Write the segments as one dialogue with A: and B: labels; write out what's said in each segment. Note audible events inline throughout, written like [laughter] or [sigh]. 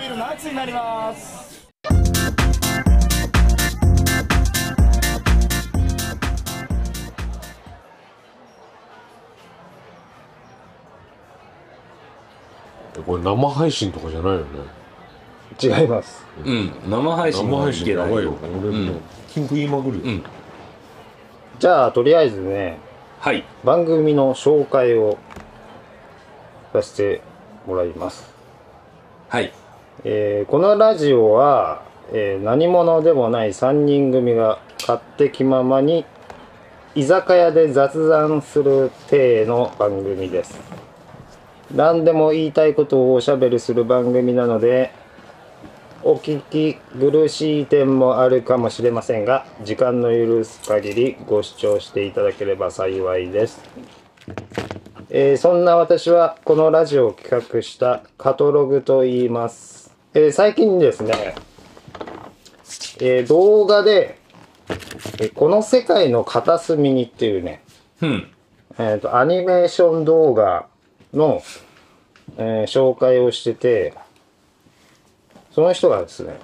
A: ります
B: これ生配信とかじゃないよね
C: 違います
A: うん生配信
B: 生配信
A: け
B: や
A: ない
B: ばいよ
A: よ
B: 俺もうキンプ言いまぐるよ
A: うん
C: じゃあとりあえずね
A: はい
C: 番組の紹介をさせてもらいます、
A: はい
C: えーこのラジオは、えー何者でもない3人組が勝手気ままに居酒屋で雑談する体の番組です何でも言いたいことをおしゃべりする番組なのでお聞き苦しい点もあるかもしれませんが時間の許す限りご視聴していただければ幸いですえーそんな私はこのラジオを企画したカトログと言います、えー最近ですね、えー動画で、えーこの世界の片隅にっていうね、
A: うん
C: えーとアニメーション動画の、えー紹介をしててその人がですね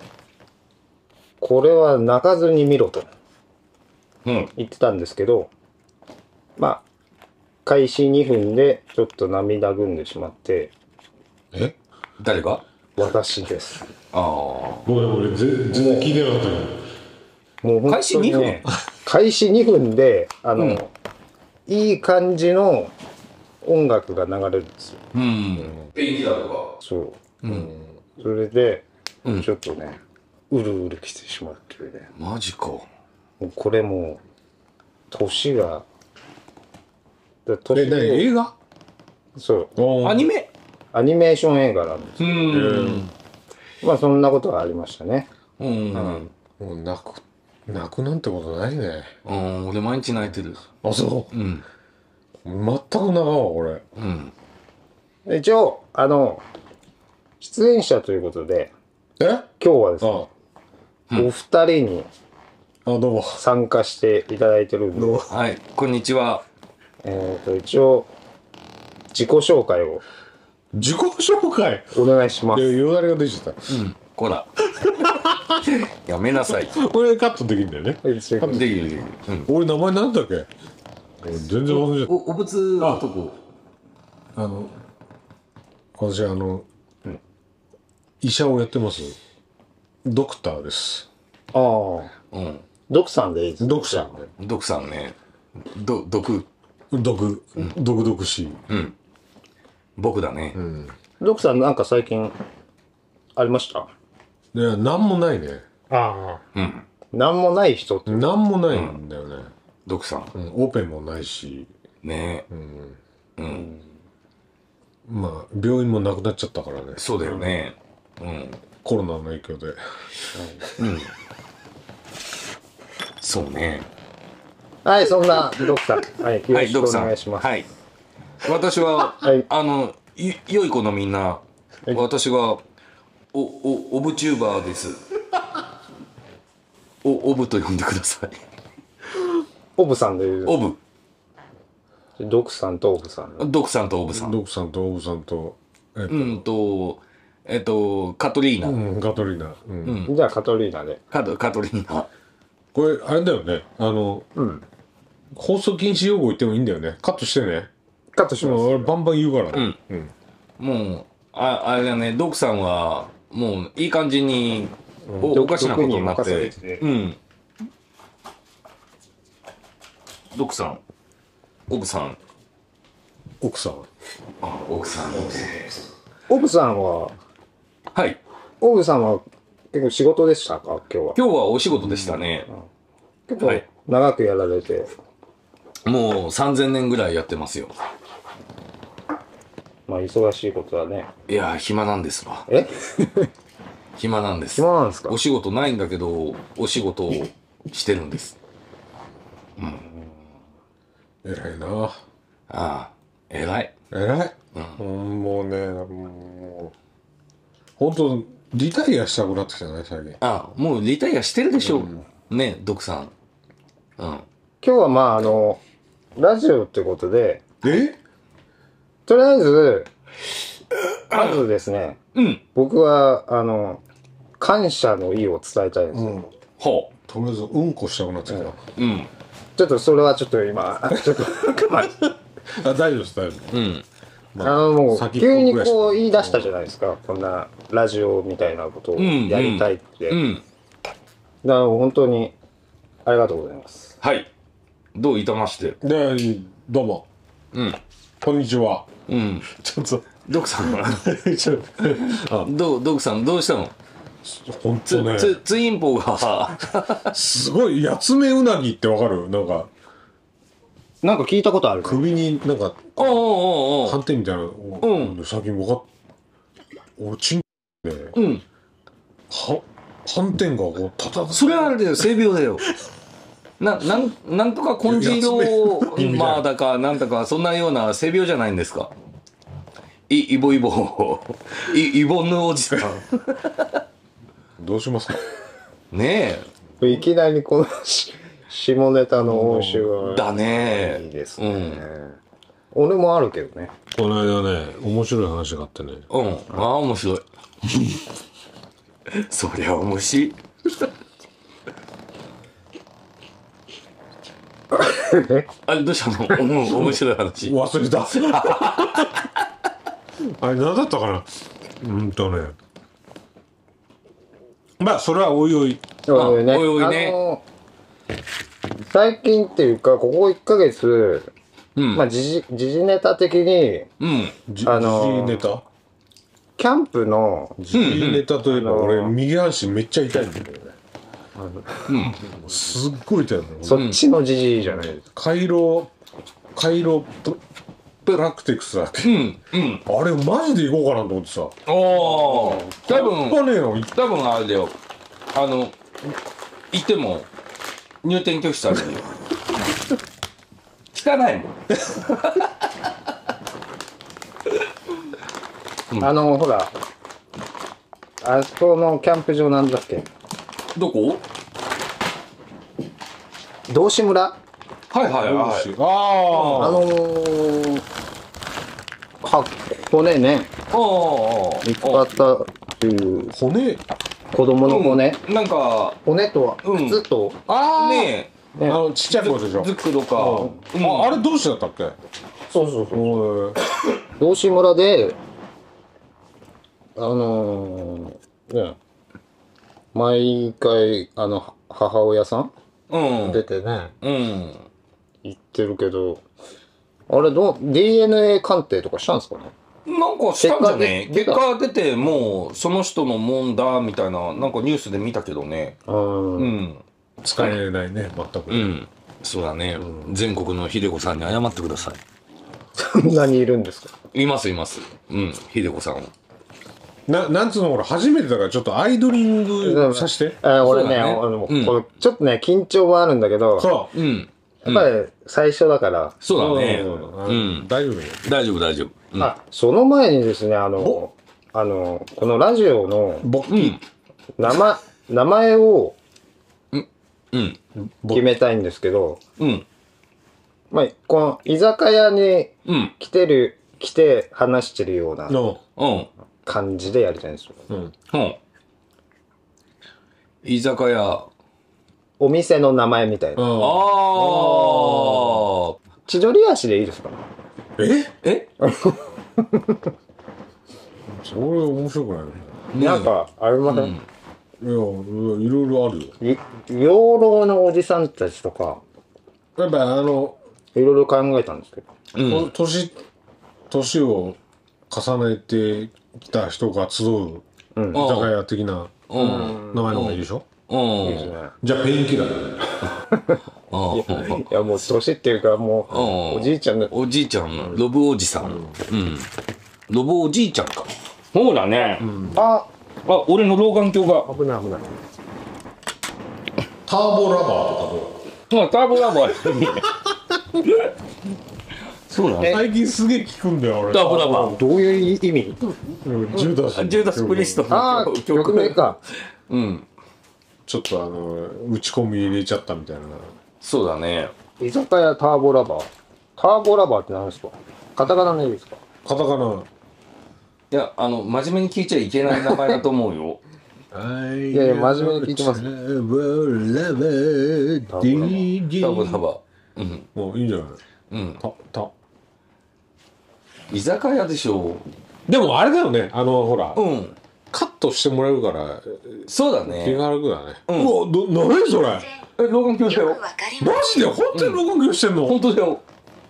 C: これは泣かずに見ろと
A: うん
C: 言ってたんですけどまあ開始2分でちょっと涙ぐんでしまって
B: え
A: 誰が
C: 私です
A: ああ
B: ごめん俺全然聞いてなかった
C: もう本当に、ね、
A: 開始2分
C: 開始2分であの、
A: うん
C: いい感じの音楽が流れるんですよ
A: うんペンキだと
C: そう
A: かうん
C: それで、
A: うん
C: ちょっとねうるうるきてしまってね
A: マジか
C: もうこれもう年がで
B: え
C: 年
B: 何映画
C: そう
A: アニメ
C: アニメーション映画なんで
A: うん
C: すまあそんなことがありましたね
A: うん
B: もう泣く泣くなんてことないね
A: うん俺毎日泣いてる
B: あそ
A: うん
B: う全く泣かんわ俺
A: うん
C: 一応あの出演者ということで
B: えあ
C: 今日はです
B: あ
C: ねお二人に
B: どうも
C: 参加していただいてるんで、
A: はいこんにちは
C: えー、と一応自己紹介を
B: 自己紹介
C: お願いします
B: でよだれが出ちゃった
A: うんこら [laughs] やめなさい
B: これカットできるんだよね
A: できるできるうん
B: 俺名前なんだっけ俺全然忘れちゃっ
A: おお仏男
B: たあの私あの医者をやってますドクターです
C: ああ
A: うん
C: ドクさんでいいです
B: ドクさんで
A: 毒さんねど毒
B: 毒毒々しい
A: うん僕だね
C: ドクさんなんか最近ありました
B: でなんもないね
C: ああ
A: うん
C: なんもない人って
B: なんもないんだよね
A: 毒さん
B: うんオペもないし
A: ね
B: まあ病院もなくなっちゃったからね
A: そうだよねうん
B: コロナの影響で
A: そうね
C: はいそんなドクさん [laughs] はいよ
A: は
C: ろ
A: い
C: しく
A: ド
C: お
A: クさん
C: 願いします、
A: はい私は、
C: はい
A: あのい良い子のみんな私はおおオブチューバーですおオブと呼んでください
C: オブさんでいいで
A: オブ
C: すドクさんとオブさん
A: 毒さんとオブさん
B: ドクさんとオブさんとえっと
A: うんとえっとカトリーナ、
B: うんガトリーナうん
C: じゃあカトリーナで
A: カトカトリーナ
B: これあれだよねあの、
C: ん
B: 放送禁止用語言ってもいいんだよねカットしてね
C: カットし
B: 今
C: ます
B: 俺バンバン言うから、
A: んもうああれだねドクさんはもういい感じにおおかしなことになっ
C: 毒に
A: て
C: 任せて
A: うんドクさんオブさん
B: 奥さん
A: あ奥さん
C: オブさんは
A: はい
C: オブさんは結構仕事でしたか今日は
A: 今日はお仕事でしたね、
C: 結
A: はい
C: 構長くやられて、
A: もう3000年ぐらいやってますよ
C: まあ忙しいことだね
A: いやー暇なんですわ
C: え
A: 暇なんです
C: 暇なんですか
A: お仕事ないんだけどお仕事をしてるんです
B: 偉いな
A: ああ偉い
B: 偉い、うんもうねもう本当リタイアしたくなってきたね最近
A: ああもうリタイアしてるでしょう、ねドクさんうん
C: 今日はまああのラジオってことで
B: え
C: とりあえずまずですね
A: うん
C: 僕はあの感謝の意を伝えたいんですよ、
B: うん。
A: ほ
B: とりあえず、うんこしたくなってきた。
A: う。うん。
C: ちょっとそれはちょっ
B: [laughs]
C: と今、ちょっと我慢して
B: あ、大丈夫です、大丈夫。
A: うん。
C: あのもう
B: 先っぽ
C: 急に
B: ぐらいしか
C: こう言い出したじゃないですか、こんなラジオみたいなことを
A: うん
C: やりたいって。
A: うん。
C: だから本当にありがとうございます。
A: はい。どういたまして。
B: で、どうも。
A: うん。
B: こんにちは。
A: うん。
B: ちょっと、
A: ドクさんは、
B: ちょっと、あ、
A: どう、ドクさんどうしたの
B: ほん
A: つ、
B: とね。
A: つ、ツイン
C: [laughs]
A: ポが、
B: すごい、ヤツメウナギってわかるなんか、
C: なんか聞いたことある
B: 首になんか、
A: おうおうおうおう
B: 斑点みたいなの、最近わかっ、おちんね、
A: うん。
B: は、斑点がこう、たたた
A: それはあれだよ、性病だよ。な、なん、なんとか根治
B: いや
A: 療、
B: いや
A: まあだか、なんだか、そんなような性病じゃないんですか。い、イボイボ。 [laughs] い、イボのおじさん。
B: どうしますか
A: ね
C: いきなりこの下ネタの応酬
A: え。
C: が
A: だね
C: いいです
A: う
C: ね
A: ん。。
C: 俺もあるけどね。
B: この間ね、面白い話があってね、
A: うん。ああ、面白い。 [laughs] そりゃ面白い。 [laughs] あれ、どうしたのうん面白い話。
B: 忘れ [laughs] た。あれ、何だったかなうんとね。まあ、それはおいおい。
C: おいね
A: おいおいね
C: あの最近っていうか、ここ1ヶ月、
A: うん
C: まあ、時事時事ネタ的に、
A: うん。
B: じ
C: あのー
B: 時事ネタ
C: キャンプの、
B: 時事ネタといえば、
C: うん
B: 俺、右半身めっちゃ痛いんだよね。すっごい痛いの。
C: そっちの時事じゃないですか。
B: 回廊、回廊ププラクティクスだっけ
A: うん。うん。
B: あれ、マジで行こうかなと思ってさ。
A: おー。多
B: 半
A: 分、
B: 端ねえよ。
A: 多分あれだよ。あの、行っても、入店拒否されるよ。聞かないもん。
C: あの、ほら、あそこのキャンプ場なんだっけ
A: どこ
C: 道志村
A: はいはいはい。
B: あ
C: あのー、は、骨ね、
A: ああ。
C: 見つかったっていう
B: あ、骨、
C: 子供の骨、
A: うんなんか、
C: 骨とは
A: うん
C: 靴と、
B: あー
A: ね
B: あの、ちっちゃい子でし
A: え、
B: ょ
A: ズ。ックとか。うん
B: ああれどうしてだったっけ
C: そうそうそう。
B: おい
C: 道志村で、あのー、ね、毎回、あの、母親さん
A: うん。
C: 出てね、
A: うん。
C: 行ってるけど、あれどう、DNA 鑑定とかしたんですかね
A: なんかしたんじゃね
C: 結
A: 結
C: 果
A: 果出て、もう、その人のもんだ、みたいな、なんかニュースで見たけどね。
C: うん
A: うん。
B: 使えないね、全く。
A: うん。そうだね。全国の秀子さんに謝ってくださ
C: そんなにいるんですか
A: い。います、います。うん。秀子さんを。
B: ななんつうの、俺、初めてだから、ちょっとアイドリングさして。
C: えー俺ね、
A: そうだね
C: 俺も
A: うん
C: これちょっとね、緊張はあるんだけど、
B: そ
A: うん。
C: やっぱり最初だから、
A: そうだね。
B: う。
A: うん。
B: 大丈夫よ。
A: 大丈夫、大丈夫。うん。
C: あ、その前にですね、あの、あの、このラジオの
B: ボッ
A: う
B: キ、
A: ん。
C: 名前、名前を
A: うん。
B: ボ
C: 決
B: ッ
C: めたいんですけど、
A: うん。
C: まあ、この居酒屋に
A: うん。
C: 来てる、来て話してるような
B: の、
A: うん。
C: 感じでやりたいんですよ。
B: うん。
A: うん。居酒屋。
C: お店の名前みたいな。
A: あ
B: あ
A: あ。
C: 千鳥足でいいですか
B: え
A: え
B: [laughs] それ面白くないね。
C: なんか、あれません、
B: いや、いろいろあるよ。
C: い養老のおじさんたちとか、
B: やっぱ、あの、
C: いろいろ考えたんですけど。
A: うん。
B: と年、年を重ねてきた人が集う
C: うん
B: 居酒屋的な
A: うん。
B: 名前の方がいいでしょ
A: うん。
C: いいですね。
B: じゃあ、ペンキだよね。
A: うん
C: いやもう年っていうかも
A: うん
C: うおじいちゃんの
A: おじいちゃんの、ロブおじさん。うん。ロブおじいちゃんか。そうだね。
C: あ
A: あ、俺の老眼鏡が。
C: 危ない危ない
B: ターボラバーとかどう
A: あ、ターボラバー。そうだね。
B: 最近すげえ聞くんだよ俺
A: ターボラバー。
C: どういう意味
B: うんジューダス
A: ジューダスプリスト
C: あ
A: の
C: あ曲名か
A: うん。
B: ちょっとあの打ち込み入れちゃったみたいな
A: そうだね。
C: 居酒屋ターボラバーターボラバーって何ですかカタカナの意味ですか
B: カタカナ
A: いや、あの、真面目に聞いちゃいけない名前だと思うよ。
B: い
D: やいや真面目に聞いてます
A: タブタバ。うん。
B: もういいんじゃない
A: うん。
B: た、た。
A: 居酒屋でしょ
B: でもあれだよね、あの、ほら、
A: う。ん。
B: カットしてもらえるから、
A: そうだ
B: 気
A: ね。
B: 軽くだね。う
A: うん
B: わ、ど、なにそれマ
A: え、老眼鏡だ
E: よくわ
A: よ。
E: かりま
B: ジで本当に録音してんの、
A: 本当だよ。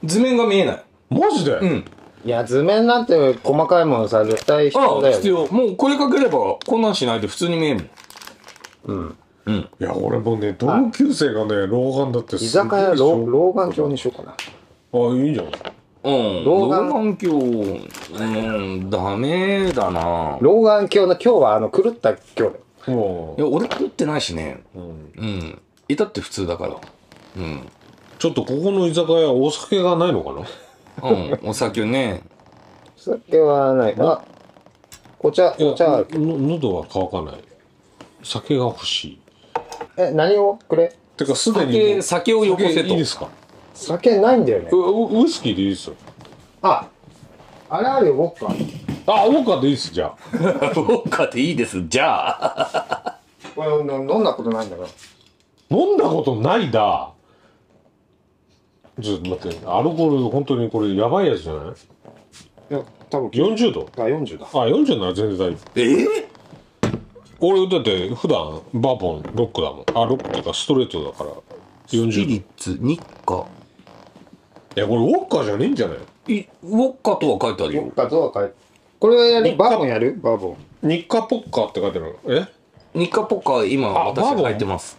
A: 図面が見えない。
B: マジで、
A: うん。
C: いや、図面なんて細かいものさ、絶対必
A: あ
C: 要
A: あ、
C: だよ
A: 必
C: ね。
A: 要。もうこれかければ、こんなんしないで普通に見える
C: うん。
A: もん。うん。
B: いや、俺もね、同級生がね、老眼だって
C: 居
B: すごい
C: 酒屋老
B: ショック
C: 老眼鏡にしようかな。
B: あ、いいんじゃない
A: うん。
C: 老
A: 老
C: 眼
A: 眼鏡、うん、ダメだな。
C: 老眼鏡の今日はあの狂った今日
B: も
A: いや、俺食ってないしね。
B: う、うん、
A: うん。いたって普通だから。うん。
B: ちょっとここの居酒屋、お酒がないのかな
A: うん。お酒ね。
C: 酒はない。あ、お茶、
B: いや
C: お茶ある、
B: の喉は乾かない。酒が欲しい。
C: え、何をくれ
B: てか、すでにも
A: 酒、
B: う。
A: 酒をよこせ
B: 酒いい
A: と
B: で。すか
C: 酒ないんだよね
B: え。ウウイスキーでいいですよ。
C: あ、あれあるよ、僕か。
B: あ、ウォーカーでいいです、じゃあ。
A: そうかでいいです。じゃあ。
C: これ飲んだことないんだから。
B: 飲んだことないだ。ちょっと待って、アルコール、本当にこれ、やばいやつじゃない
C: いや、多分
B: ?40 度。
C: あ、40だ。
B: あ、40なら全然大丈夫。
A: ええ
B: 俺、だって、普段、バーボン、ロックだもん。あ、ロックっていうか、ストレートだから、40度。い
A: ッツ、日課。
B: や、これ、ウォッカーじゃねえんじゃない
A: い、ウォッカとは書いてある
C: どっ
A: よ。
C: かどうかい。これはやるバーボンやるバーボン。
B: 日課ポッカーって書いてある。え
A: 日課ポッカー、今、
B: あ
A: 私
B: バーボン
A: 入ってます。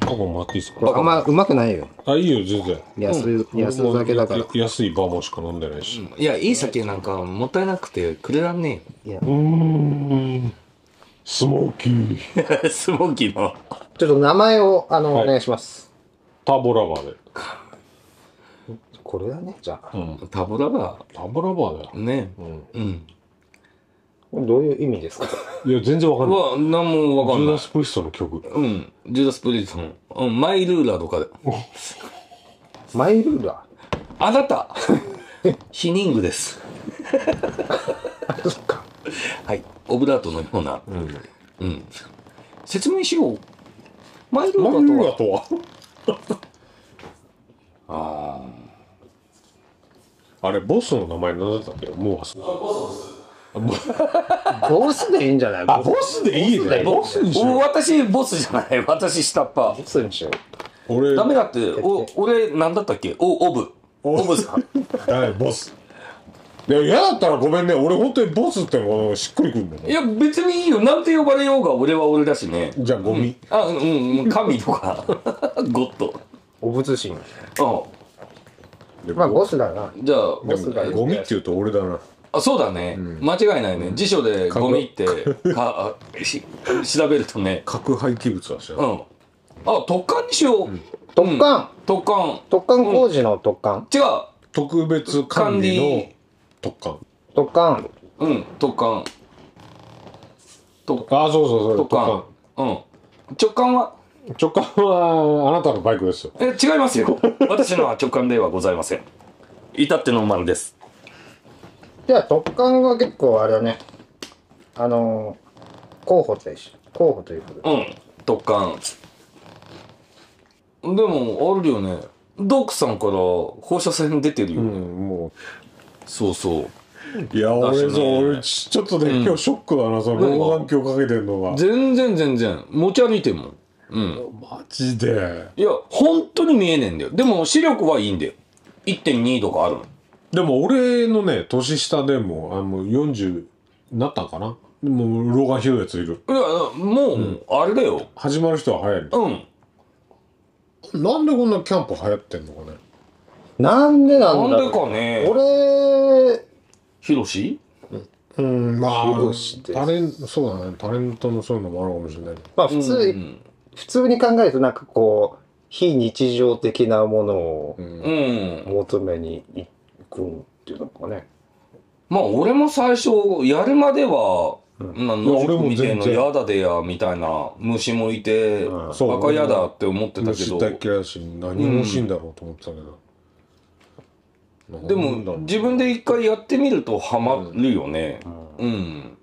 B: バーボンもらっていいですか
C: これあんまうまくないよ。
B: あ、いいよ、全然。
C: 安い、安い酒だから。
B: 安いバーボンしか飲んでないし。
A: いや、いい酒なんかもったいなくてくれらんね
B: うーん。スモーキー。
A: え [laughs] よ。スモーキーの。
C: ちょっと名前を、あの、
B: はい
C: お願いします。
B: ターボラバーで。
C: これだね、じゃあ。
B: うん。
A: タボだが、
B: ターボラバーだよ。
A: ね。
B: うん。
A: うん。
C: これどういう意味ですか
B: いや、全然わかんない。
A: は、なんもわか
B: ジ
A: ん
B: ュー
A: ない
B: ダ。ス・プリストの曲。
A: うん。ジューダス・プリートの。うん。マイルーラーとかで。
C: マイルーラ
A: あなた [laughs] ヒニングです。
C: ー。 [laughs] そっか。
A: はい。オブラートのような。
B: うん。
A: うん。説明しよう。マイルーラ
B: マイ
A: ー
B: ルラ
A: とは。
B: とは
A: あ
B: あれ、ボスの名前なんだったっけもう忘
C: ボスでいいんじゃない
B: あ、ボスでいいね。ボス
A: あ。
B: にしよう。
A: 私、ボスじゃない。 [laughs] 私、下っ端
C: ボ。スにしよう。
B: 俺、
A: ダメだって、お、俺、なんだったっけお、オブ。オブさん。
B: ダメ、ボス。いや、嫌だったらごめんね。俺、本当にボスってのがしっくりくるんだ
A: い
B: よ。
A: や、別にいいよ。なんて呼ばれようが、俺は俺だしね。
B: じゃあ、ゴミ。
A: あ、うん、神とか。 [laughs] ゴッ
C: お仏神。
A: ド。
C: まあ、ボスだな。
A: うん。じゃあ、
B: で
C: ボス
B: も
C: がいい
B: ゴミって言うと俺だな。
A: あそうだね、間違いないね辞書でゴミってかし調べるとね
B: 核廃棄物はし
A: う
B: なん
A: あ特艦にしよう、
C: 特艦
A: 特艦
C: 特艦工事の特艦
A: 違
B: 特別管理の特艦。
C: 特艦。
A: ううん特艦
B: あ、そうそうそう。
A: 特艦うん直感は
B: 直感はあなたのバイクですよ。
A: え違いますよ私のは直感ではございません至ってノーマルです
C: じゃあ、特艦が結構あれだね。あのー、候補と一緒。候補ということで。
A: うん特艦でもあるよねドックさんから放射線出てるよ、
B: うん、も
A: そうそう
B: う。いや、俺
A: だしね
B: そう、俺ちちょっとね、
A: うん
B: 今日ショックだな、その
A: 何が
B: 老眼鏡かけてんのが。
A: 全然全然持ち歩いてるもんうん
B: マジで。
A: いや、本当に見えねえんだよ。でも視力はいいんだよ。1.2とかあるの。
B: でも俺のね、年下でも、あもう40なったんかなもう老眼ひどいやついる。
A: いや、もう、あれだよ。
B: 始まる人は早いんだ。
A: うん。
B: なんでこんなキャンプ流行ってんのかね。
C: なんでなんだ
A: なん
C: ろ
A: で
C: う
A: かね。
C: 俺、
A: ヒロシ
B: うん、まあ
C: どうして、
B: タレンそうだね、タレントのそういうのもあるかもしれないけど。
C: まあ普通、
A: うん。
C: 普通に考えるとなんかこう、非日常的なものを
A: うん。
C: 求めに行くんっていうのかね。
A: まあ、俺も最初、やるまでは、まあ、野
B: 俺
A: 宿
B: も
A: みたい
B: 全
A: な、
B: 然
A: やだでや、みたいな、虫もいて、
C: うん
B: そう
A: バカやだって思ってたけ
B: 虫
A: ど、
B: 大っ嫌いだし、何も欲しいんだろうと思ってたけど。なん
A: で
B: かなんだろ
A: も
B: う、
A: 自分で一回やってみるとハマるよね。うん。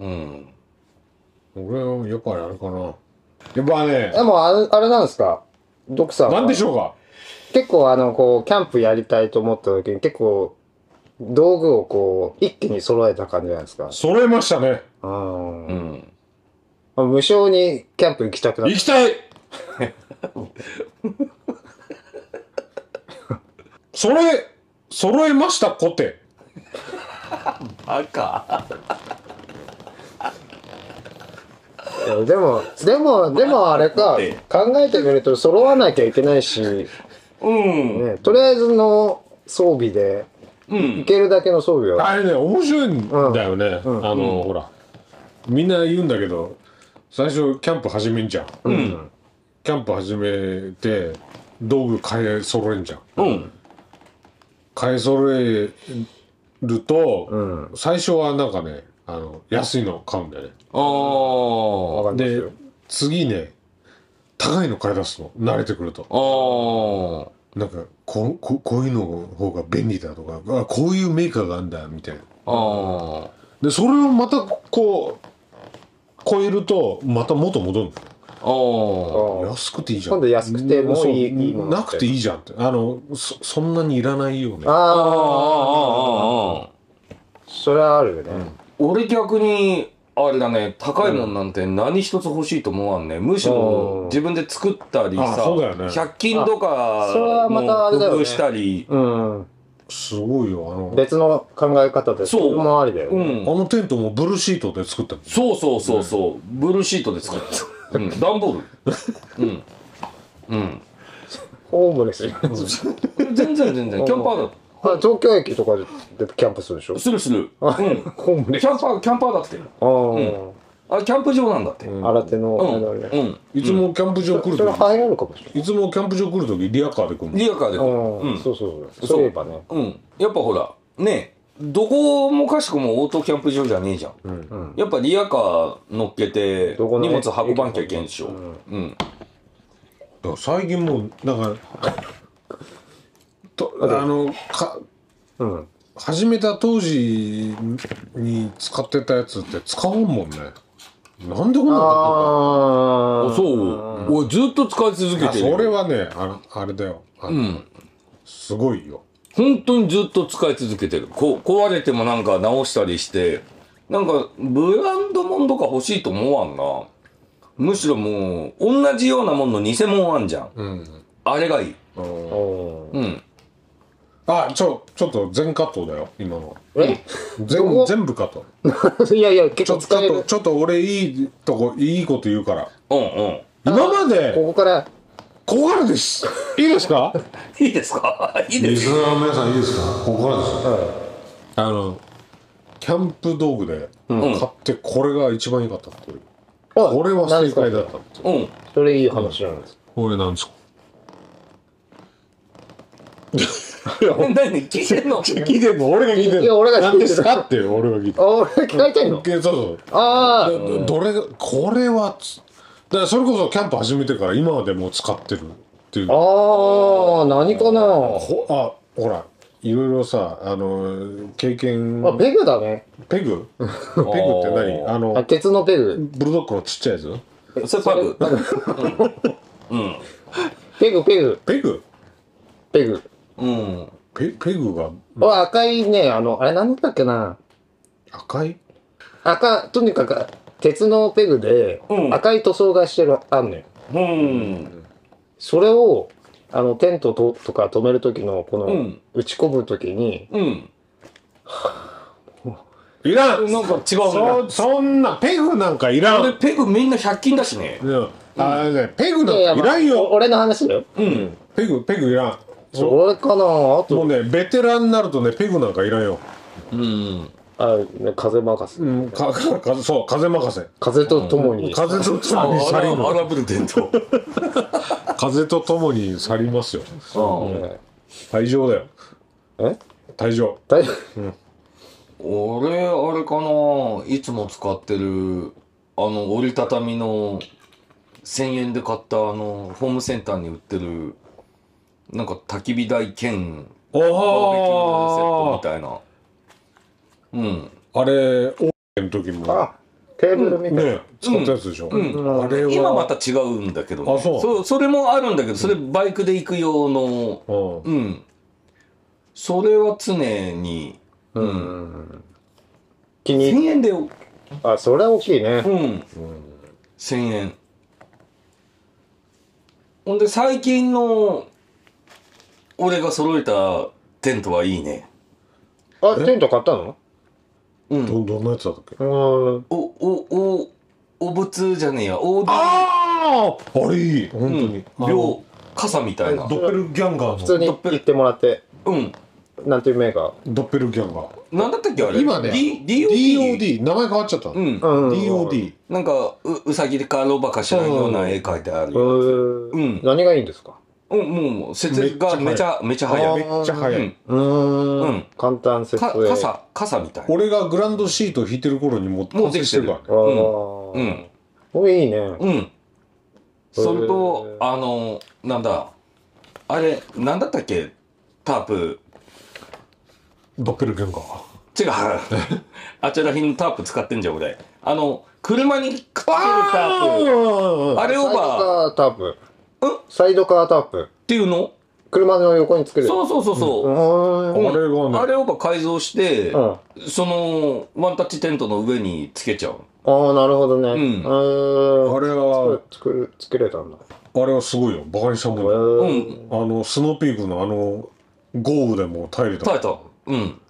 A: うん。
B: 俺はやっぱりあれかな。やっぱね
C: で、もあれ、あれなんですかドクさんは。
B: なんでしょうか
C: 結構あの、こう、キャンプやりたいと思った時に結構、道具をこう、一気に揃えた感じじゃないですか。
B: 揃えましたね。
C: うん
A: う。ん。
C: 無償にキャンプ行きたくなっ
B: 行きたい [laughs] それ、揃えましたコテ。
A: バカ。
C: た。でも、でも、でもあれか
A: 待って、
C: 考えてみると揃わなきゃいけないし、
A: うん。
C: ね、とりあえずの装備で、
A: うん
C: 行。けるだけの装備を。
B: あれね、面白いんだよね。
C: ん
B: あの、ほら。みんな言うんだけど、最初キャンプ始めんじゃん。
A: うん。
B: キャンプ始めて、道具買え揃えんじゃん。
A: うん。
B: 買い揃えると、
C: ん
B: 最初はなんかね、あの、安いの買うんだよね。
A: ああ。
C: わかります
B: で
C: よ。、
B: 次ね、高いの買い出すの。慣れてくると。
A: ああ。
B: なんかこここういうの方が便利だとかあこういうメーカーがあるんだみたいな
A: ああ。
B: でそれをまたこう超えるとまた元戻る
A: あ
C: あ
A: あ。
C: あ
B: 安くていいじゃん
C: 今度安くてもう
B: そ
C: いいいいものって
B: なくていいじゃんってあのそそんなにいらないよね
A: あああ
C: ああ、
A: あああ
C: それはあるよね。
A: 俺逆にあれだね高いもんなんて何一つ欲しいと思わんねむし
C: うん
A: ろ自分で作ったり
B: あ
A: さ、
B: そうだよね
A: 100均と
C: あそれ
A: か
C: はまたあれだよね
A: 工夫したり、
C: うん。
B: すごいよあの
C: 別の考え方で、
A: そう
C: それもありだよ
A: う
C: ね。
B: あ
A: ん、
B: のテントもブルーシートで作ったの
A: そうそうそうそう、ブルーシートで作った、うん、段ボールうん
C: [laughs]
A: うん
C: ホームレス。
A: 全然全然キャンパー
C: あ東京駅とかでキャンプするでしょ
A: だするする、う
C: [laughs]
A: ん、キャン
C: ホームレス。あ
A: パーキャンパーだって
C: あ、
A: あキャンプ場なんだってうん
C: 新手の、あれだね。
A: うん
B: いつもキャンプ場来る
C: それ
B: と
C: 入れるかもしれ
B: きいつもキャンプ場来るときリアカーで来るの
A: リアカーで
C: ない。
A: う
C: うんん。そうそうそう。そういえばね。
A: うん。やっぱほら、ねどこもかしくもオートキャンプ場じゃねえじゃん。
C: ん
A: やっぱリアカー乗っけて、荷
C: どこの
A: 物
C: ね
A: 運ばんきゃいけんでしょ。
C: うん
A: うん。
B: だから最近もうなんかとあのか
C: うん。
B: 始めた当時に使ってたやつって使わんもんね。なんでこんなの
C: ああ。
A: そう。俺ずっと使い続
B: 買
A: け
B: った
A: て
B: の
A: る。
B: それはね、あのあれだよ。あの
A: うん。
B: すごいよ。
A: 本当にずっと使い続けてる。こ壊れてもなんか直したりして、なんかブランドもんとか欲しいと思わんな。むしろもう、同じようなもんの偽物あんじゃん。
B: うん。
A: あれがいい。
C: うん。
A: うん。
B: あ、ちょ、ちょっと全カットだよ、今のは。
C: え [laughs] ど
B: 全
C: こ
B: 全部カット。
C: いやいや、
B: ち
C: 結
B: ょ、
C: 構
B: ち
C: 使
B: ょ
C: え
B: っと、
C: る。
B: ちょっと俺いいとこ、いいこと言うから。
A: うんうん。
B: 今まで、
C: ここから、
B: ここからです。いいですか
A: いいです [laughs] かいいです
B: スナーの皆さんいいですかここからです。あの、キャンプ道具で買ってこれが一番良かったっていう。
C: あ
B: 俺は正解だったって。
A: うん。
C: それいい話なんです。
B: これなんですか
A: え [laughs] 何聞いてんの
B: 聞いてんの俺が聞いてんの
C: いや俺が聞いて
B: 何
C: る
B: ですかっていう俺が聞いて
C: あ、俺聞かれてんの
B: るそう
C: あ
B: そうどどれがこれはつだからそれこそキャンプ始めてから今までもう使ってるっていう
C: あ。ああ、何かな
B: ほあほらいろいろさあの経験
C: あ、ペグだね。
B: ペグペグって何あ
C: あ
B: の
C: 鉄のペグ。
B: ブルドッグのちっちゃいやつ
A: それパグ。
C: ペグ、ペグ、
B: ペグ
C: ペグ。
A: うん。
B: ペペグが
C: あ、赤いね、あの、あれなんだっけな
B: 赤い
C: 赤、とにかく鉄のペグで
A: うん
C: 赤い塗装がしてる、あんのよ。
A: うん。
C: それを、あの、テントととか止める時の、こ
A: う
C: の
A: ん、
C: 打ち込む時に、
A: うん。
B: いらん
A: なんか違うね。
B: そそんなペグなんかいらん
A: で、ペグみんな100均だしね。
B: うんあれねペグ
C: い
B: なん
C: や
B: か
C: い
B: い
C: や
B: らん
C: まあお
B: よ
C: 俺の話だよ。
A: うん。
B: ペグペグいらん
C: それかなあ
B: もう
C: と、
B: ね、ベテランになるとね、ペグなんかいらんよ。
A: うん。
C: あ、ね風任せ。
B: うん、か、か、かそう、風任せ。
C: 風と共に。
B: 風と
A: あ
B: 共に去り
A: ら
B: ぬ。
A: 荒ぶる伝統。
B: 風と共に去りますよ。
A: うん
C: ね
B: 退場だよ。
C: え
B: 退場。
C: 大丈
A: 俺、あれかな。いつも使ってる、あの、折りたたみの、1000円で買った、あの、ホームセンターに売ってる、なんか焚き火台兼、
B: お
A: バーベキューセ
B: ー
A: ットみたいな。うん。
B: あれ、オーケーの時
C: 夫
B: も、
C: あ、テーブルみたいな、
B: ね使ったやつでしょ、
A: うん
B: あれは
A: 今また違うんだけど、
B: あそう
A: そそれもあるんだけどそれバイクで行く用の
B: うん
A: うんそれは常に
C: うん気
A: 1000
C: に
A: 円でうん
C: あそれは大きいね
A: 1000円ほんで最近の俺が揃えたテントはいいね
C: あテント買ったの
A: うん
B: どどんなやつだったっけ
C: うん
A: おおおお仏じゃねえやお
B: あああれいい本当に、あの
A: 両傘みたいな
B: ドッペルギャンガ
C: 普
B: ー
C: 通
B: の
C: に
A: ドッペル
C: 行ってもらって
A: うん
C: なんていうメーカ
B: ドッペルギャンガー
A: なんだったっけあれ
B: 今ね
A: D- DOD
B: DOD 名前変わっちゃったの、
A: うん
C: ー、うん、
B: DOD
A: なんかううさぎでかロバか知らんような絵描いてある
C: うー、
A: ようんん
C: 何がいいんですか
A: うんもう説がめ
B: めっ
A: ち
B: ちゃ
A: ゃめちゃ
B: あー
A: 早い
B: めっちゃ早い、
A: うん
C: うーん
A: うん
C: 簡単説
A: か
C: 明
A: 傘傘みたい
B: 俺がグランドシートを引いてる頃にもう完成してるからね
C: あー
A: うん
C: これいいね、うん
A: うんそれと
C: へー
A: あのなんだあれなんだったっけタープ
B: ドッペルギャンガー
A: 違うあちらひんのタープ使ってんじゃん俺あの車にくっつけるタープ
B: あ
A: あれオ
C: サイド
A: ーバーっ
C: カータープ
A: うん
C: サイドカータープ
A: ていうの
C: 車の横に作る
A: そうそうそうそう
C: うーん
B: あれはね
A: あれを改造して、
C: うんあ
A: そのワンタッチテントの上につけちゃう
C: あなるほどねう
A: ん
C: ーん
B: あれは
C: 作る作れたんだ
B: あれはすごいよバカにしたもんだよ
A: う
C: うん
B: あのスノーピークのあの豪雨でも耐えれた
A: 耐えたうん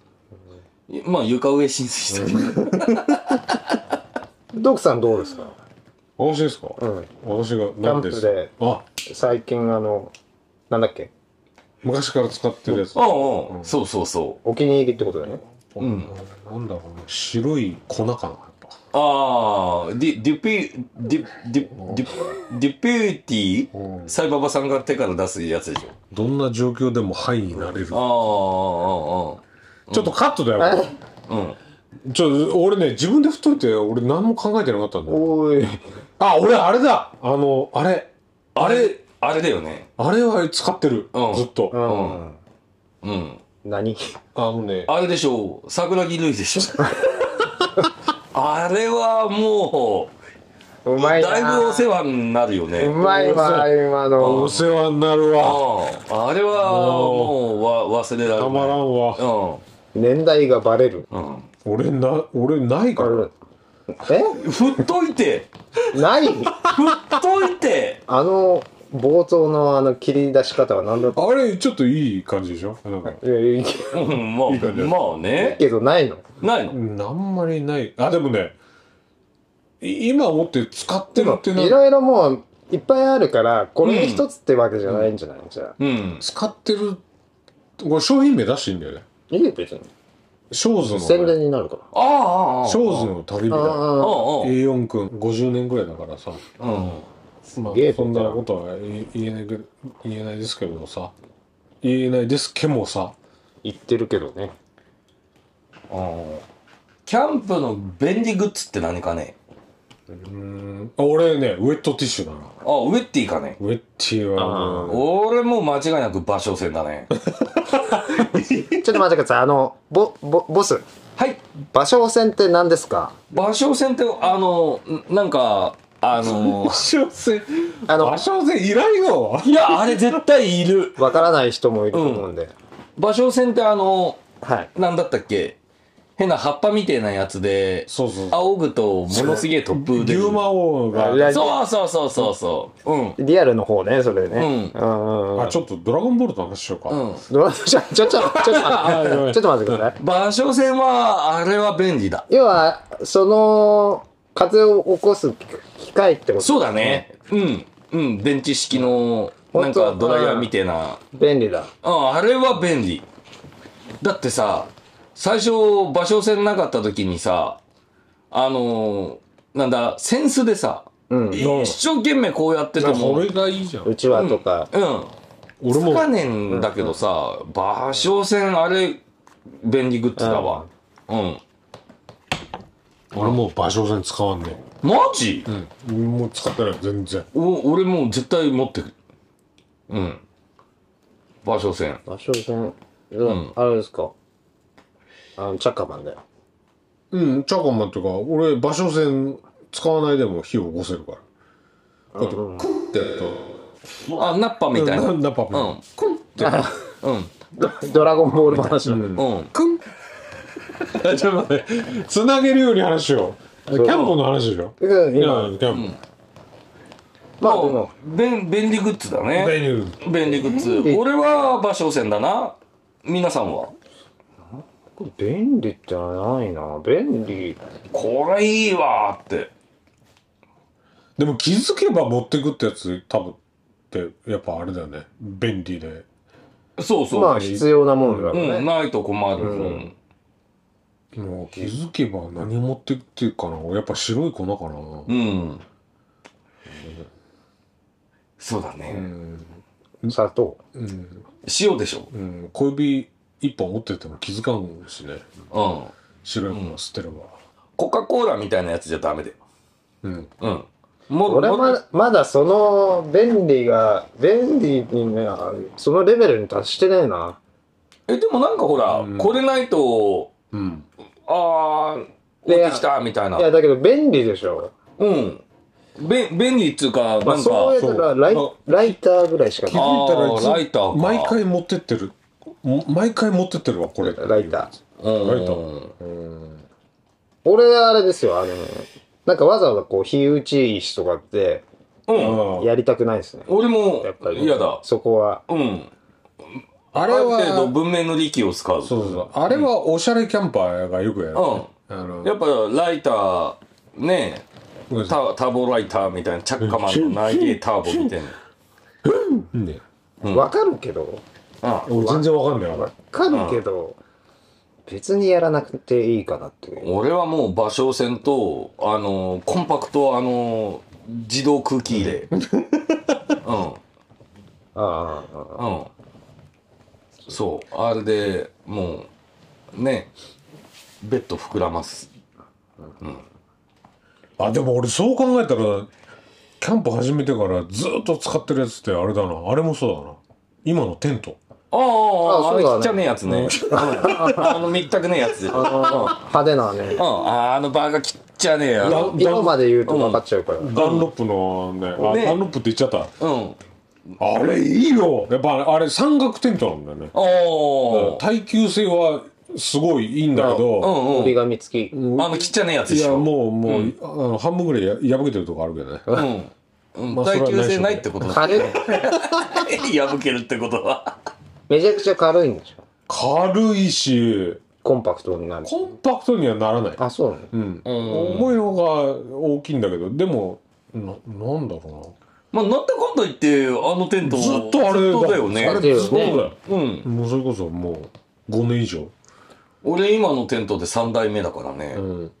A: まあ床上浸水したけ [laughs] ど
C: ドクさんどうですか
B: 私ですか、
C: うん
B: 私が何です
C: キャンプ
B: あ
C: 最近あのなんだっけ
B: 昔から使ってるやつ
A: ああ、ああそうそうそ
C: お気に入りってことだよね
A: うん
B: なんだろうね白い粉かなやっぱ
A: うああディデュピデュデュデュデュピューティ
B: う
A: ー
B: ん
A: サイババさんが手から出すやつでし
B: どんな状況でもハイになれるちょ
A: ょ
B: っとカットだよ
A: ああああああうん
B: ちょ俺ね自分で太って俺何も考えてなかったんだよ
C: おい
B: あ俺あれだあのあれ
A: あれあれだよね
B: あれは使ってる、
A: うん
B: ずっと、
C: う
B: あ
C: ん
A: うん
C: 何
B: のね
A: あれでしょう桜木類でしょあれはも
C: う
A: う
C: まいな
A: だいぶお世話になるよね
C: うまいわ今の
B: お世話になるわ
A: あああれはもうわ忘れられない
B: たまらんわ
C: 年代がバレる
A: うん、うん
B: 俺な俺ないから
C: え
A: 振っといて
C: ない
A: 振っといて
C: あの冒頭のあの切り出し方は何だった
B: あれちょっといい感じでしょなんか
C: いやいい
A: うんまあ
B: 感じだ
A: まあね
C: けどないの
A: ないの
B: うんあんまりないあでもねい今思って使って
C: で
B: る
C: も
B: って
C: い
B: な
C: ろいろもういっぱいあるからこれ一つってわけじゃないんじゃないじゃあ
A: うん
B: 使ってるこれ商品名出していいんだよね
C: いいよ別に
B: ショーズのね、
C: 宣伝になるから
A: ああああああ
B: ショーズの旅みたいな
A: あ
C: ああ
A: あ
B: A4 君50年ぐらいだからさ
A: うん
B: まあ
C: げえ、
B: そんなことは言言えないけど言えないですけどさ言えないですけもさ
C: 言ってるけどね
A: うんキャンプの便利グッズって何かね
B: うん俺ねウェットティッシュだな
A: あウェッティかね
B: ウェッティはね
A: 俺もう間違いなく馬匠戦だ
B: [laughs]
A: ね
C: ちょっと待ってくださいあのボボボス
A: はい
C: 芭蕉扇って何ですか
A: 馬匠戦ってあのんなんかあの
B: 馬匠戦
C: あの
B: 馬匠戦いらんよ
A: いやあれ絶対いる
C: わからない人もいると思うんで、
A: 馬匠戦ってあの
C: はい
A: なんだったっけ変な葉っぱみたいなやつで、
B: そうそうそう
A: 仰ぐとものすげえ突風で。
B: 牛魔王が
C: ラ
A: そうそうそうそうそう。うん。
C: リアルの方ねそれね
A: うん
C: うんうん
B: あちょっとドラゴンボールの話しようか、
A: うん。
C: どうちょちょちょちょっ
A: [laughs]
C: と待
B: ご
C: っ
B: め
C: て
B: ん
C: ちょっと待ってください
A: 場所線は、あれは便利だ。
C: 要はその風を起こす機械ってこと
A: そうだね。うん。うん。電池式の、なんか
C: 本当
A: ドライヤーみたいな。
C: 便利だ
A: うん、あれは便利。だってさ、最初、場所線なかった時にさ、あのーなんだ、センスでさ、
C: うん
A: 一生懸命こうやってて
B: なんか
A: も、
B: それがいいじゃん
C: うちわとか、
A: うん。
B: 俺も
A: つかねえんだけどさ、馬掌線あれ、便利グッズだわ。うん。
B: 俺もう馬匠戦使わんね
A: マジ、
B: うんもう使ってない全然
A: お俺もう絶対持ってくる。うん。馬掌線。
C: 芭蕉扇、うんん、あれですかあのチャッカマンだよ
B: うん、チャコンマンとか、俺、場所線使わないでも火を起こせるから。こうやって、クッてやると、
A: あ、ナッパみたいな。
B: な
A: うん。
B: ナパパ。
A: クンって。う
C: ドドラゴンボールの話だ、
A: ん。うん。クン
B: えちょっと待って、つなげるように話しよう。キャンプの話でしょ
C: だから
B: いや、キ
C: 今
B: ャン
C: まあでも
A: 便便利グッズだ
B: プ。
A: ね。
B: 便利
A: 便利グッズ。俺は場所線だな。皆さんは
C: これ便利ってないな便利
A: これいいわーって。
B: でも気づけば持ってくってやつ、多分って、やっぱあれだよね。便利で。
A: そうそう。
C: まあ必要なもんだからね、
A: うん、ないと困る。
C: ん
A: うん
B: もう気づけば何持ってくっていうかな。やっぱ白い粉かな。
A: うん。そうだね。
C: 砂糖
A: 塩でしょ。
B: うん、小指一本持ってても気づかんしね。
A: うん。
B: 白い粉吸ってれば。
A: コカ・コーラみたいなやつじゃダメだよ。
B: うん。
A: うん。も
C: 俺
A: も
C: ままだその便利が便利にねそのレベルに達してねえな。
A: え、でもなんかほら、これないと、
B: うん。
A: あー、落ちてきた、みたいない
C: やだけど便利でしょ、
A: うん。べ、便利っつうか、なん
C: ま
A: か、
C: あ、そうやったらライ
B: そう
C: ライターぐらいしか
B: 気
C: ない
B: づいたらいつ
A: あーライターか
B: 毎回持ってってる。も毎回持ってってるわ、これ。
C: ライタ
A: うん
B: ライタ
C: 俺あれですよあのねなんかわざわざこう火打ち石とかって
A: うん。
B: うん
C: やりたくないですね
A: 俺も
C: やっぱ、り
A: 嫌だ。
C: そこは
A: うん。
B: あ
A: あ
B: れ
A: る程度
B: は、
A: 文明の利器を使う。
B: そうそうそう。あれはおしゃれキャンパーがよくやる。
A: う
B: あの
A: ん。やっぱ、ライター、ね
B: ごめんなさ
A: タターボライターみたいな、チャッカマンのナイゲーターボみたいな。
B: いね
C: わかるけど
A: あ
B: 俺全然わかんないわ
C: わ。かるけど、別にやらなくていいかなっていう
A: 俺はもう馬掌線と、あのーコンパクト、あのー自動空気入れ。うん。
C: ああああ
A: うん。そう。あれでもう、ね、ベッド膨らます。
B: あ、でも俺そう考えたら、キャンプ始めてからずっと使ってるやつってあれだな。あれもそうだな。今のテント。
A: ああ、ああ
C: そう
A: れ
C: だね
A: ちっちゃねえやつね。うんあの、みったくねえやつ。うん。あ
C: 派手なね
A: あ、あのバーがちっちゃねえや。
B: だ
C: 今まで言うと分かっちゃうから、
B: ダンロップのね、あ
A: ね
B: ダンロップって言っちゃった。
A: うん。
B: あれいいよやっぱあれ三角テントなんだよね。
A: おー。
B: 耐久性はすごいいいんだけ
A: う
B: ど、
A: んう
C: 折り
A: ん。
C: 紙付き、
A: あの、ちっちゃねえやつで
B: い
A: し
B: や、
A: ょ。
B: もう、もう、あの半分ぐらいや破けてるとこあるけどね。
A: うん。うん
B: まあ
A: 耐
B: それはないでしょうね
A: 久性ないってことだ。
C: 軽い
A: [laughs] 破けるってことは。
C: めちゃくちゃ軽いんでしょ
B: 軽いし、
C: コンパクトになる
B: コンパクトにはならない。
C: あそうなの
B: うん。
A: うん
B: 重いのが大きいんだけど、でも、な、なんだろ
A: まあ、なんだかんだ言って、あのテン
B: う
A: ト
B: な。ずっとあれ
A: ずっとだよ
B: あ
A: ね。
B: れずっとだ
C: だ
B: よ。
A: うん。
B: もうそれこそもう、5年以上。
A: 俺今のテントで3代目だからね。
B: うん。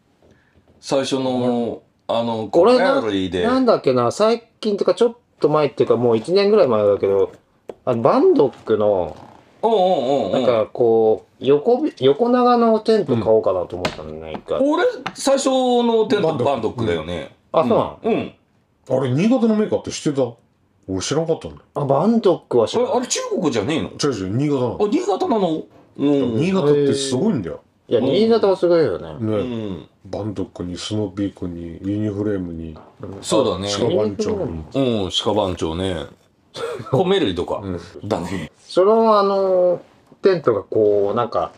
A: 最初の、あの、
C: これ
A: ガ
C: な
A: ラリーで。
C: なんだっけな最近とかちょっと前っていうかもう1年ぐらい前だけどあのバンドックの
A: うんうんうんう
C: なん
A: ん。
C: かこう横び横長のテント買おうかなと思ったのね一回、
A: 俺、最初のテント
B: バンドック
A: バンドックだよね。
C: あそうなの、
A: うん。
B: あれ、新潟のメーカーって知ってた俺知らなかったんだよ。
C: あバンドックは知
A: あれ、
C: ら
A: あ
C: ない
A: れ中国じゃねえの
B: 違う違う、新潟な
A: あ、新潟なのう
B: の。新
A: ん。
B: 潟ってすごいんだよ。
C: いや新潟もすごいよね、
B: ね、
A: うん。
B: バンドックに、スノーピークに、ユニフレームに、
A: そうだ
B: 鹿
A: ね。
B: 番長に。
A: うん、鹿番長ね。米類とか。だね。
C: そのあのテントがこうなんか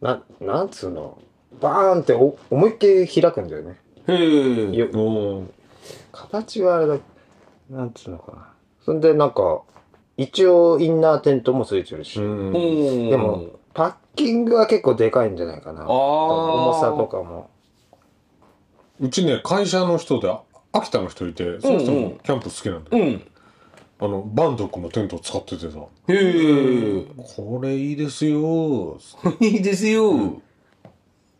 C: ななんつうのバーンってお思いっきり開くんだよね
A: へえ。
C: よ
B: うん。
C: 形はあれだなんつうのかなそんでなんか一応インナーテントもついてるし、
B: うん。
A: うん。
C: でもパッキングは結構でかいんじゃないかな
A: あー
C: 重さとかも
B: うちね、会社の人で、あ秋田の人いて、その人
A: うんう
B: も
A: ん
B: キャンプ好きなんだよ。
A: うん。
B: あの、バンドックのテント使っててさ、
A: へえ。
B: これいいですよーつ [laughs] っ
A: いいですよ。うん。
B: て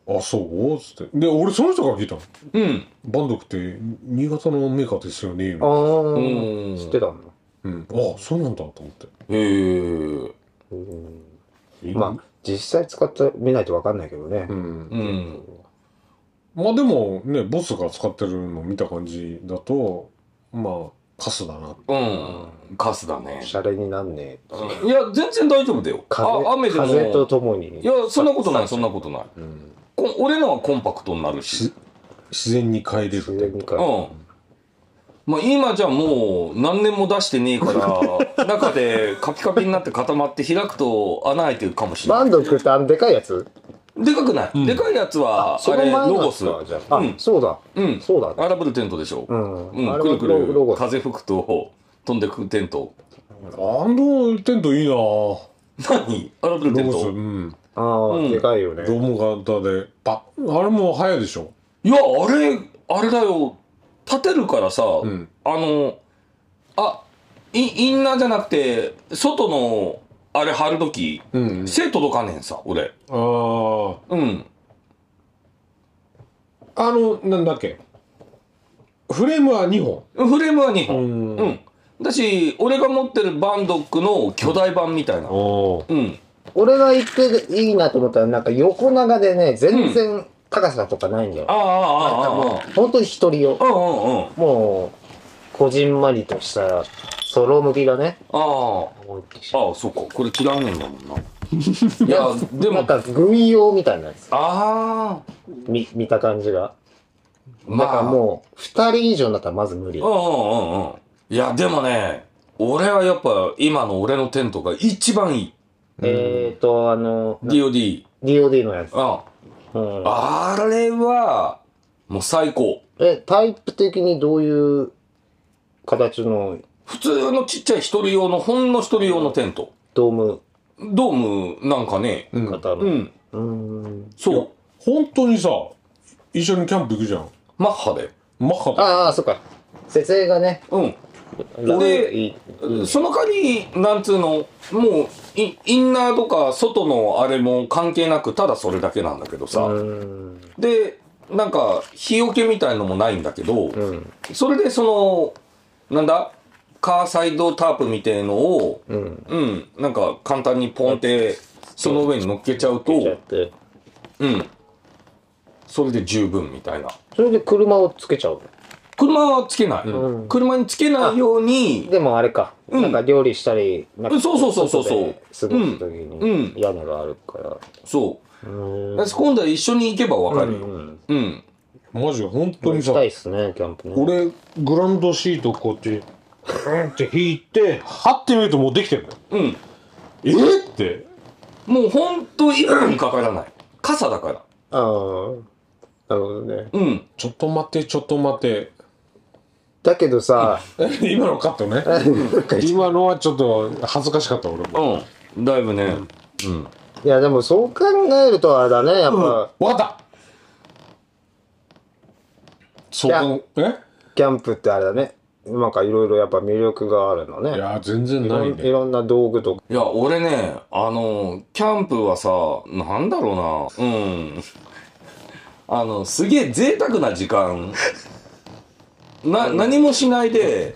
B: あ、そうつって。で、俺その人から聞いたの。
A: うん。
B: バンドックって、新潟のメーカーですよね、
C: あ
B: 今。
C: あ、
A: うん
C: 知ってたんだ、
B: うん。あ、そうなんだと思って。
A: へえ。
C: うん
B: いい
C: まあ実際使ってみないと分かんないけどね、
B: うん。
A: うん。
B: まあでも、ね、ボスが使ってるの見た感じだと、まあ、カスだな。
A: うん。カスだね。
C: シャレになんねえ
A: いや、全然大丈夫だよ。
C: 風
A: あ、雨でも。
C: 風とともに
A: いや、そんなことない、そんなことない。
B: うん。
A: こ俺のはコンパクトになるし。
B: し自然に帰れるってこと
C: か
A: うん。まあ今じゃもう何年も出してねえ [laughs] から、中でカピカピになって固まって開くと穴開いてるかもしれな
C: バンドクってあのでかいやつ
A: い。でかくない、
B: ん
A: でかいやつは、あれ、
C: の
A: ロ
C: なん
A: ゴ
C: です
A: ス。
C: かじゃああ、
A: うん
C: そうだ。
A: うん。
C: そうだね。
A: アラブルテントでしょ。
C: う。
A: うん
C: あ
A: ん。
C: れ
A: く
C: は
A: るくる
C: ロゴス。
A: 風吹くと飛んでくテント。
B: あのテントいいなぁロ
A: 何アラブルテン
B: ゴス、
A: ト
B: うん。
C: ああ、
A: うん
C: でかいよね。
B: ドーム型で、パッ。あれも早いでしょ。
A: いや、あれ、あれだよ。立てるからさ、
B: うん
A: あの、あ、イインナーじゃなくて、外の、あれ貼るとき、
B: うん。
A: 背届かねえんさ、俺。
B: ああ。
A: うん。
B: あの、なんだっけ。フレームは2本。
A: フレームは2本。
B: ん
A: うん。だし、俺が持ってるバンドックの巨大版みたいな。
B: おー
A: うん。
C: 俺が行っていいなと思ったら、なんか横長でね、全然高さとかないんだ
A: あ
C: よ。
A: あ、ああ、ああ、あ
C: 本当に一人
A: あ。う
C: 用。
A: んうんうん。あ
C: もう、こじんまりとした、ソロ向きがね。
A: あ。ああ、そっか。これ嫌うねんだもんな。いや、で
C: なん
A: も、
C: か軍用みたいなやつ。
A: ああ。
C: 見、見た感じが。だ
A: ま
C: から
A: あ、も
C: もう、二人以上だったらまず無理
A: う。う。んうんうんうん。いや、でもね、俺はやっぱ今の俺のテントが一番いい。
C: えーと、あの、
A: DOD。
C: DOD のやつ。
A: うん。
C: うん。
A: あれは、もう最高。
C: え、タイプ的にどういう形の
A: 普通のちっちゃい一人用の、ほんの一人用のテント。
C: ドーム
A: ドームなんかね。
B: うん
C: 型
A: う
C: の。
A: ん。
C: うん。
A: そう。
B: 本当にさ、一緒にキャンプ行くじゃん。
A: マッハで。
B: マッハだ。
C: ああ、そっか。設営がね、
A: う
C: 楽
A: で
C: いい
A: ん。その代わり、なんつうの、もう、イインナーとか外のあれも関係なく、ただそれだけなんだけどさ。
C: うん。
A: で、なんか、日よけみたいのもないんだけ
C: う
A: ど、
C: ん。
A: それでその、なんだカーサイドタープみたいのを、
C: うん。
A: うん、なんか簡単にポンって、その上に乗っけちゃう
C: やっ
A: と、
C: て。
A: うん。それで十分みたいな。
C: それで車をつけちゃう。
A: 車はつけない。
C: うん
A: 車につけないように、
C: でもあれか。
A: うん
C: なんか料理したり、なんか
A: そうそうそうそうそう
C: 外で過ごすとき
A: うん
C: に
A: う
C: 屋根があるから。
A: そうう。
C: ん。
A: だし今度は一緒に行けばわかるよ。
C: 本
A: うん。
B: マジで本当
C: 当に
B: にさ
C: 行き、たいっすね、キャンプね。
B: 俺、グランドシートこうやって、うんって引いて、張ってみるともうできてるんだよ。
A: うん。
B: えーって。
A: もうほんと一分かからない。傘だから。
C: ああ。なるほどね。
A: うん。
B: ちょっと待って、ちょっと待って。 [laughs]
C: だけどさ、
B: 今のカット
C: [laughs]
B: ね。今のはちょっと恥ずかしかった、俺も。
A: うん。だいぶね。うん。
C: いやでもそう考えるとあれだね、やっぱ、
B: わかったそうかん、え
C: キャンプってあれだね。なんかいろいろやっぱ魅力があるのね。
B: いや、全然
C: いろ
B: なんい
C: い
B: ね。
C: ろんな道具とか。
A: いや、俺ね、あの、キャンプはさ、なんだろうな。うん。あの、すげえ贅沢な時間。な、何もしないで、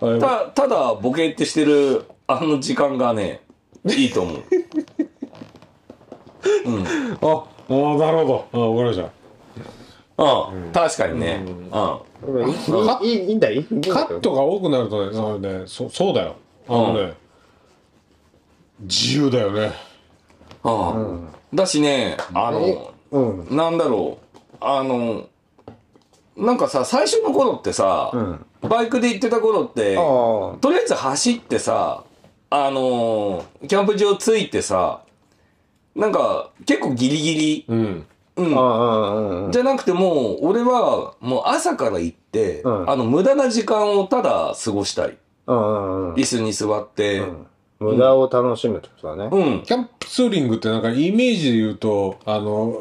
B: あ
A: た、ただボケってしてる、あの時間がね、いいと [laughs] 思う。
B: あ、あなるほど。あ、わかりました。
A: うん、確かにね。うん。
C: いいいいいいんだよ。いいんだよ
B: カットが多くなるとね、そうね、そそうだよ。あのね、自由だよね。
A: うん。だしね、あの、
C: うん。
A: なんだろう、あの、なんかさ、最初の頃ってさ、
C: ん
A: バイクで行ってた頃って、
C: ああ。
A: とりあえず走ってさ、あのーキャンプ場着いてさ、なんか、結構ギリギリ、
B: うん。
A: うん
C: ああ、うんうん。
A: じゃなくてもう、俺は、もう朝から行って、
C: うん
A: あの、無駄な時間をただ過ごしたい。
C: うんうんうん
A: 椅子に座って、
C: うん無駄を楽しむってことだね。
A: うん。
B: キャンプツーリングってなんかイメージで言うと、あの、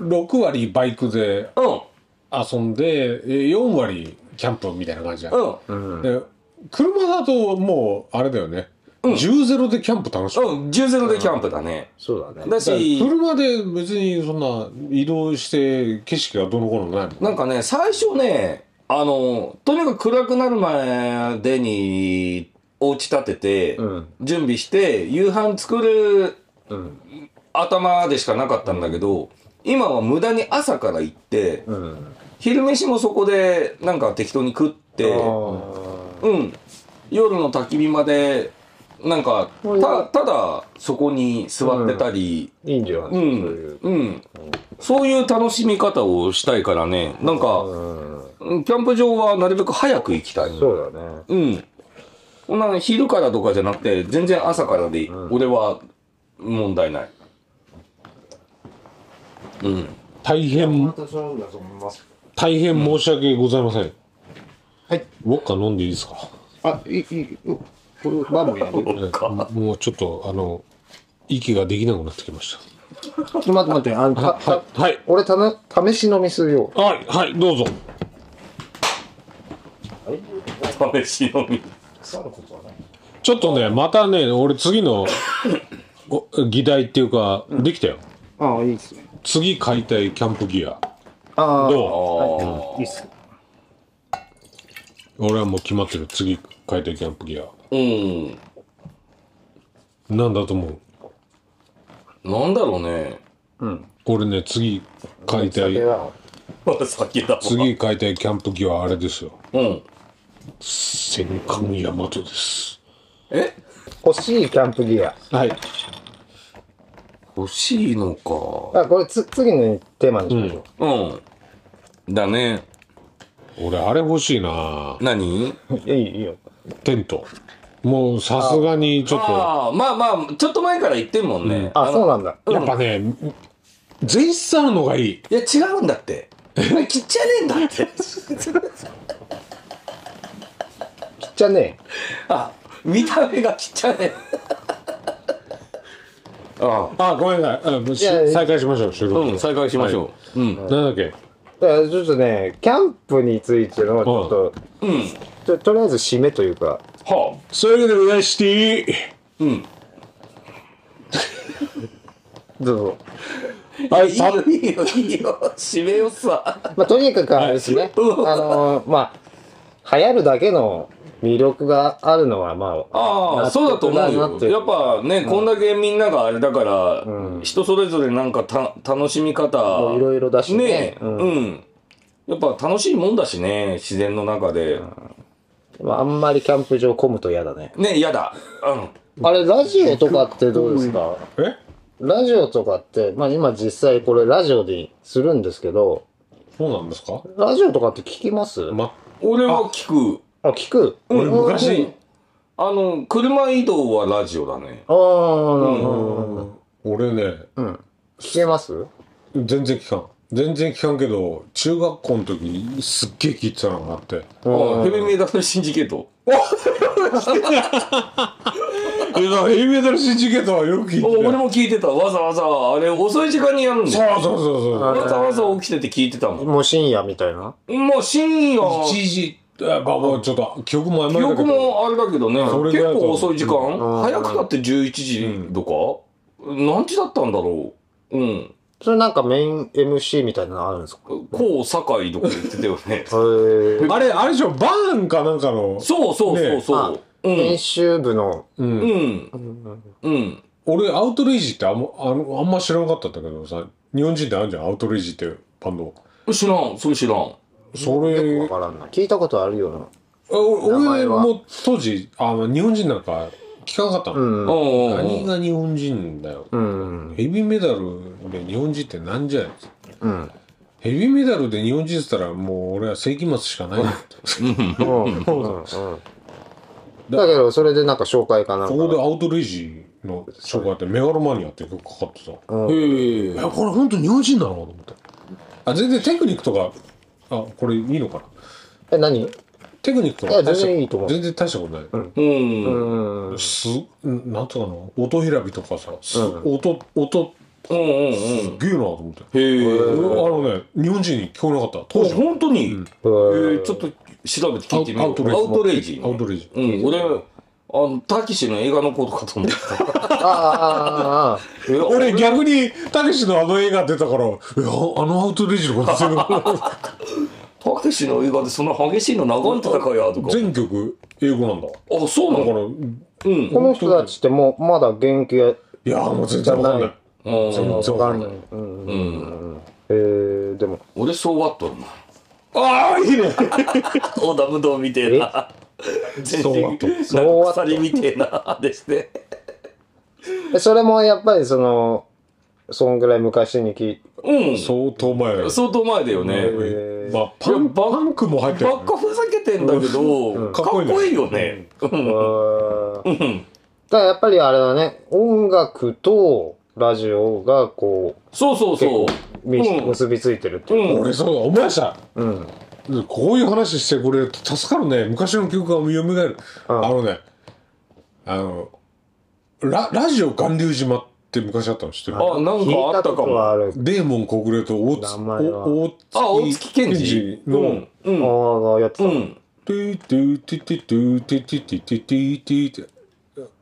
B: 6割バイクで
A: うん。
B: 遊んで、え4割キャンプみたいな感じだ、
A: うん。
C: うん。
B: で車だともう、あれだよね。10-0でキャンプ楽しむ。
A: うん。10ゼロでキャンプだね。
C: そうだね。
A: だし、
B: 車で別にそんな移動して景色がどの頃もないもん
A: なんかね、最初ね、あの、とにかく暗くなるまでに、お家建てて、
C: うん。
A: 準備して、夕飯作る
C: うん。
A: 頭でしかなかったんだけど、今は無駄に朝から行って、
C: うん。
A: 昼飯もそこでなんか適当に食って、
C: ああ
A: うん。夜の焚き火までなんか
C: これ
A: たただそこに座ってたり、
C: いいんじゃない
A: う
C: そ
A: ん
C: ういう。
A: うん、そういう楽しみ方をしたいからねなんか
C: うん。
A: うんキャンプ場はなるべく早く行きたい
C: そうだね。
A: うん。こんなの昼からとかじゃなくて、全然朝からでいい。俺は問題ない。うん。
B: 大変、大変申し訳ございません。
D: はい。
B: ウォッカ飲んでいいですか
D: あ、いい、いい、おこれ、バーもやる。ちょ
B: もうちょっと、あの、息ができなくなってきまし
D: っと待って待って、あの、た、
B: た。は
D: た、
B: い。はい。
D: 俺たな、試し飲みするよ。
B: はい、はい、どうぞ。
A: 試し飲み。
B: ちょっとね、またね、俺次のご議題っていうか、できたよ。
D: ああ、いいっすね。
B: 次買いたいキャンプギア。
D: ああ、
B: どう
A: あ
D: いいっす。
B: 俺はもう決まってる。次買いたいキャンプギア。
A: あ。うん。
B: なんだと思う
A: なんだろうね。
B: 俺ね、次買いたい
C: 酒、は
A: まだ先だわ。
B: 次買いたいキャンプギアはあれですよ。
A: うん。
B: 戦艦ヤマトです。
A: え
C: 欲しいキャンプギア。
B: はい。
A: 欲しいのか。
C: あ、これつ、次のテーマにしましょう。
A: うん。だね。
B: 俺、あれ欲しいな
A: 何
C: いい、いいよ。
B: テント。もう、さすがに、ちょっと、
A: ああ、まあまあ、ちょっと前から言ってんもんね。
C: あ、そうなんだ。
B: やっぱね、全室あるのがいい。
A: いや、違うんだって。お前切っちゃねえんだ [laughs] って。
C: きっちゃね
A: あ、見た目が切っちゃねえ。 [laughs] ああ。
B: あ、ごめんなさい。うんし
C: いやいや
B: 再開しましょう、収録。
A: うん、再開しましょう。うん。
B: なんだっけ
C: え。だからちょっとね、キャンプについての、ちょっと、
A: うん。
C: ちょとりあえず締めというか、
A: は
B: そういうわけでございまして、
A: あ。うん。
C: どうぞ。
B: はい、
A: いい
B: さ
A: よ、いいよ、いいよ。締めよさ。
C: まあ、とにかくあれですね、あのーまあ、流行るだけの魅力があるのは、まあ、
A: ああ、そうだと思う
C: なって
A: よ。
C: る
A: やっぱね、こんだけみんながあれだから、人それぞれなんかた楽しみ方、
C: もういろいろだしね
A: ね
C: う
A: うんん、やっぱ楽しいもんだしね、自然の中で。
C: まあ、あんまりキャンプ場混むと嫌だね。
A: ね、嫌だ。うん。
C: あれ、ラジオとかってどうですか
B: え
C: ラジオとかって、まあ今実際これラジオでするんですけど、
B: そうなんですか
C: ラジオとかって聞きます、
B: ま、
A: 俺は聞く。
C: あ、聞く
B: 俺昔、
A: あの、車移動はラジオだね。
C: ああ、なるほど。
B: 俺ね、
C: 聞けます
B: 全然聞かん。全然聞かんけど、中学校の時にすっげえ聞いてたのがあって。
A: ああヘビーメダルシンジケート。
B: え、だヘビーメタルシンジケートはよく聞いてた
A: お俺も聞いてた。わざわざ、あれ遅い時間にやるんだよ。
B: そうそうそうそう。
A: わざわざ起きてて聞いてたもん。
C: もう深夜みたいな。
A: もう深夜、
B: 一時、あまあまあちょっと、記憶も曖
A: 記
B: 昧だけ
A: 憶
B: ど。
A: もあれだけどね、
B: それぐ
A: 結
B: らいだと
A: 構遅い時間、
C: ん
A: 早くたって11時とか、何時だったんだろううん。
C: それなんかメイン MC みたいなのあるんですか。
A: こう、堺とか言ってたよ
B: [laughs]
A: ね
C: へ
B: あれ、あれでしょ、バーンかなんかの、
A: そうそうそうそう。
C: え。編集部の、
A: うん。うん。うん。
B: 俺、アウトレイジってあんま、あのあんま知らなかったんだけどさ、日本人ってあるじゃん、アウトレイジってバンド。
A: 知らん、それ知らん。
B: そ
C: わ
B: れ、
C: からんな。聞いたことあるような。
B: お
C: 名前
B: 俺
C: は
B: も当時、あの、日本人なんか聞かなかったの。
A: うんうんうん
B: 何が日本人だよ。
C: うん。
B: ヘビーメダルで日本人ってなんじゃい
C: うん。
B: ヘビーメダルで日本人って言ったらもう俺は世紀末しかないなって。
C: うん。うん。だけど、それでなんか紹介かなんか
B: ここでアウトレイジの紹介ってメガロマニアって曲かかってた。い
A: へえ。
B: や、これ本当日本人なのと思って。あ、全然テクニックとか、あ、これいいのかな
C: え、何
B: テクニックと
C: い
B: か
C: や全然いいと思う
B: 全然大したことない。
A: うん。
C: うん。
B: す、んなんとかの音選びとかさ、す音、音、
A: うんうんうん。
B: すげえなと思って。
A: へえ。
B: 俺あのね、日本人に聞こえなかった。当時は。
A: 本当に、
C: え
A: えーちょっと調べて聞いてみよう。
B: アウトレイジ
A: アウトレイジ。
B: アウトレイジ
A: うん、俺、あの、タキシの映画のことかと思った。
C: ああ、ああ、
A: え
B: [laughs] 俺逆に、たけしのあの映画出たから、いや、あのアウトレイジのこと全部
A: タキシの映画でそんな激しいの長い戦いやとか。
B: 全曲英語なんだ。
A: あ、そうな
B: だか
A: の
B: ら、
A: うん。
C: この人たちってもう、まだ元気や、
B: いや、もう全然わかんない。
A: う
B: 全
A: ん
B: 然わかんない。
C: うん。
A: うん。
C: えー、でも、
A: 俺、そうワットな。 [laughs]
B: ああ、いいね
A: オーダムドみてえな。全
B: そう
A: 身
B: わと
A: なんか鎖みてえな [laughs] でして
C: でそれもやっぱりその、そんぐらい昔に聞い
A: うん
B: 相当前。
A: 相当前だよね
C: えー
B: まあ、パン
A: いやバッ
B: パンクも入ってる
A: ば。っかふざけてんだけど、
B: うん
A: か
B: か
A: っ
B: っこいいね
A: こいいよねうん
C: あー
A: うん
C: だからやっぱりあれだね、音楽とラジオがこ
A: そうそうそう
C: う、み
A: うん
C: 結びついてるっていう。
A: うん
B: 俺そうだ、思い出した。
C: うん。
B: こういう話してくれると助かるね。昔の記憶が蘇る。
C: うん
B: あのね、あの、ラ、ラジオ巌流島って昔あったの知ってる
A: あなんか
C: 聞い
A: あったた
C: こ
A: か
C: とは
A: も
C: ある。
B: デーモン小暮と大
C: 名
B: 津、
C: 前は
B: お
A: あ
B: 大
A: 大月
B: 月
A: 健
B: 健
A: 二
B: 二
A: う
B: の
A: ん、う
C: あ
A: ん
C: ーがやってた
A: う
C: の。
A: ん
B: トゥートゥートゥートゥートゥートゥートゥートゥートゥートゥートゥーって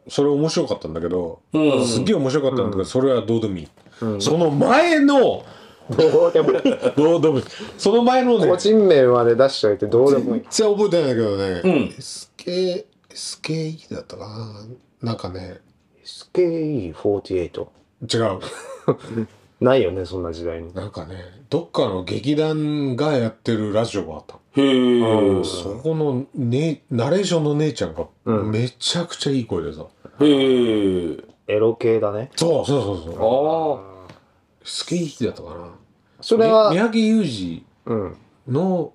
B: それ面白かったんだけど、
A: うん
B: すっげえ面白かったんだけど、それはどうでもいい、
C: うん
B: その前の
C: どうでもいい。
B: どうでもいいその前のね
C: 個人名まで出しといてどうでもいい。
B: 全然覚えてないんだけどね、
A: うん
B: スケスケイだったかななんかね
C: SKE48。
B: 違う [laughs]
C: ないよね、そんな時代に。
B: なんかねどっかの劇団がやってるラジオがあったの
A: へえ
B: そこの、ね、ナレーションの姉ちゃんが
C: うん
B: めちゃくちゃいい声でさ、
A: へえ
C: エロ系だね。
B: そうそうそう
A: あ
B: そう
A: あ
B: スケイだったかな
C: それは
B: み、宮城裕二
C: うん。
B: の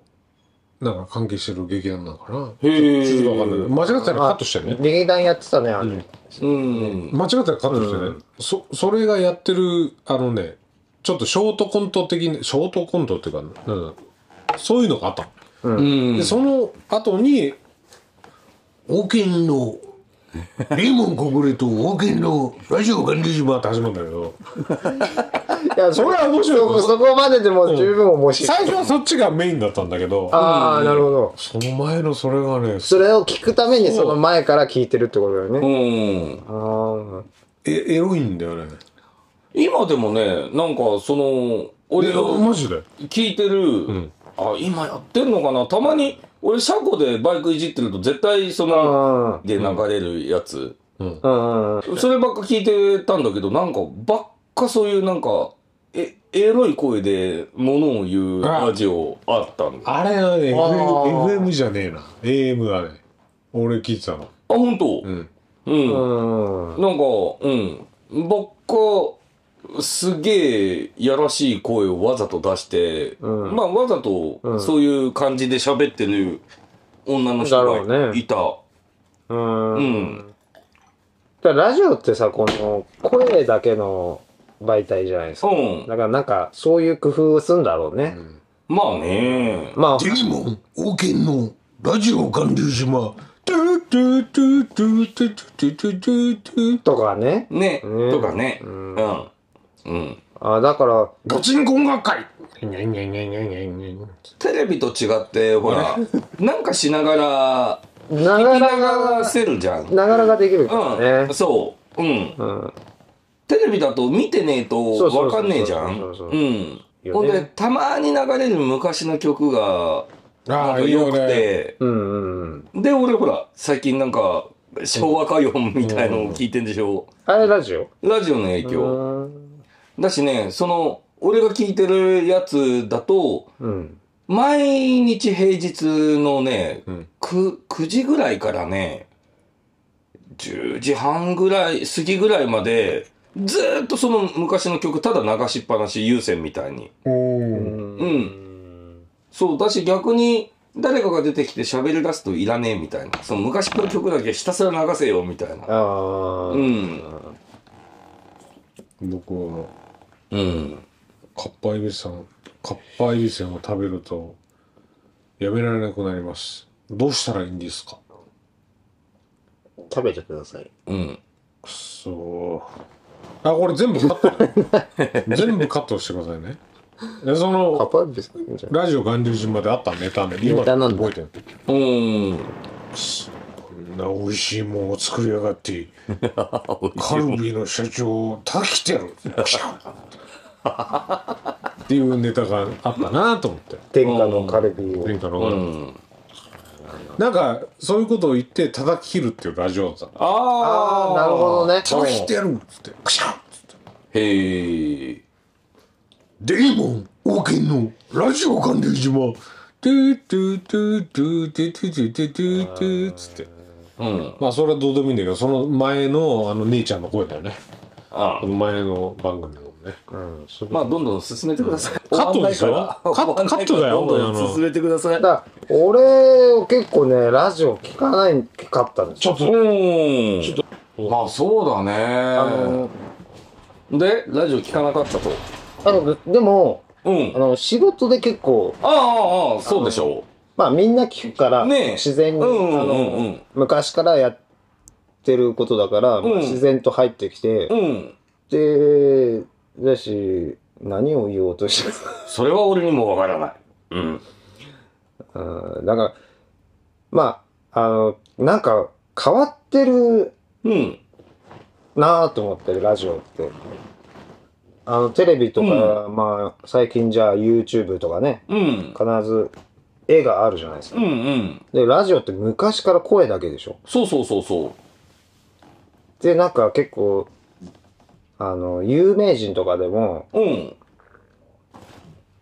B: なんか関係してる劇団なのかな
A: へー
B: ちょっとわかんない間違ってたらカットしてね
C: 劇団やってたね、あ
B: う
C: れ
B: ん。
A: うん
B: 間違ってたらカットしてね、
C: うん
B: そそれがやってるあのねちょっとショートコント的にショートコントっていうかなんだろうそういうのがあったの
A: うん
B: でその後に王権のレモン国連と王権のラジオ管理島って始まるんだけど
C: いや、
B: それは面白い
C: そこそこまででも十分面白
B: 最
C: い。
B: 初はそっちがメインだったんだけど
C: ああ、なるほど。
B: その前のそれがね
C: それを聞くためにその前から聞いてるってことだよ
A: う
C: ね。
A: ん
C: あ
B: えエロいんだよね
A: 今でもねなんかその俺
B: え
A: の
B: マジで
A: 聞いてる、
B: ん
A: あ今やってんのかなたまに俺車庫でバイクいじってると絶対そ
C: あ。
A: の
C: あ
A: で流れるやつ、
B: うん
C: あ。うん。
A: そればっか聞いてたんだけどなんかばっかそういうなんかえエロい声で物を言う
B: あ
A: ラジオあったんだあ
B: あれはね
C: あー
B: FM, FM じゃねえな AM だね俺聞いてたの
A: 本当
B: うん
A: うん、
C: うん。
A: なんかうんばっかすげえやらしい声をわざと出して、
C: うん
A: まあわざと
C: うん
A: そういう感じで喋ってる女の人
C: だろ
A: が
C: うね
A: いた、
C: うん。
A: うん
C: だからラジオってさ、この声だけの媒体じゃないですか。
A: うん
C: だからなんか、そういう工夫をするんだろうね。
A: まあね。
C: まあ、
B: デニモン王権のラジオ巌流島トゥトゥトゥトゥトゥトゥトゥトゥトゥ
C: とかね。
A: ね。
C: ね
A: とかね。う
C: うんん。
A: うん。
C: あだから、
B: ガチンコ音楽会にゃんにゃんにゃんにゃんにゃんにゃん
A: テレビと違って、ほら、なんかしながら、
C: [laughs] な
A: 聞
C: が
A: き
C: らが
A: 流、せるじゃん。
C: ながらができるから
A: う
C: ね
A: ん。。そう。うん。
C: うん。
A: テレビだと見てねえと
C: そうそうそう
A: わかんねえじゃん。。
C: そうそううそうんいいよ
A: ほん
C: ね
A: で、たまに流れる昔の曲が、なん
B: あ
A: か
B: あいい
A: 良
B: よ
A: く
B: ね
A: て、
C: うんうんうん。
A: で、俺ほら、最近なんか、昭和歌謡みたいのを聞いてんでしょ。
C: あれラジオ
A: ラジオの影響。
C: うん
A: だしね、その、俺が聞いてるやつだと、
C: うん。
A: 毎日平日のね、
B: うん
A: く 9, 時ぐらいからね、10時半ぐらい、過ぎぐらいまで、ずーっとその昔の曲、ただ流しっぱなし、優先みたいに。
B: お
C: ん。
A: そう、だし逆に、誰かが出てきて喋り出すといらねえみたいな。その昔の曲だけひたすら流せよみたいな。
C: ああ。
A: うん。
B: 僕は
A: うん。
B: カッパエビさんカッパエビせんを食べるとやめられなくなりますどうしたらいいんですか
C: 食べてください。
A: うん。
B: くそーあこれ全部カット全部カットしてくださいねでそ
C: カ
B: の
C: パビスじゃん。
B: ラジオ巌流島であったネタね今
C: ネタなんだ
B: 覚えてる
A: うん。
B: こんな美味しいもんを作りやが [laughs] ってカルビの社長をたきてるっていうネタがあったなと思って
C: 天下のカルビを。
B: 前回の、
A: うん。
B: なんかそういうことを言って叩き切るっていうラジオだったの
A: あ
C: ああ、
A: あ
C: なるほどね。
B: 叩きてるっつってクシャッつって
A: へえ。
B: デーモン王権のラジオ関連島トゥトゥトゥトゥトゥトゥトゥトゥトゥつって。
A: うん。
B: まあそれはどうでもいいんだけど、その前のあの姉ちゃんの声だよね。
A: あ
B: あの前の番組のね。うん。それ
A: まあ、どんどん進めてください。
B: カットでしょ
A: 終わんないから
B: カットカットだよ
A: 終わんないからどんどん進めてください。
C: だから俺、結構ね、ラジオ聞かない、聞かったんです
B: ち
C: よ。
B: ょっと、
A: うん。
B: ちょっと
A: まあ、そうだ
C: あ
A: ね。
C: の、
A: で、ラジオ聞かなかったと。
C: あの、でも、
A: うん
C: あ。の、仕事で結構、
A: ああ、ああ、そうでしょ
C: まあみんな聞くから、
A: ねえ
C: 自然
A: う。
C: に、
A: うん、
C: あ
A: う
C: の
A: ん、うん。
C: 昔からやってることだから、まあ
A: うん
C: 自然と入ってきて、
A: うん。
C: で、だし、何を言おうとして [laughs]
A: それは俺にもわからない。うん。
C: たうんだから、まあ、あの、なんか変わってる
A: うん。
C: なぁと思ってる、ラジオって。あの、テレビとか、まあ、最近じゃあ YouTube とかね、
A: うん。
C: 必ず絵があるじゃないです
A: う
C: か。
A: ん、うん。
C: で、ラジオって昔から声だけでしょ。
A: そうそうそうそう。
C: で、なんか結構、あの、有名人とかでも、
A: うん。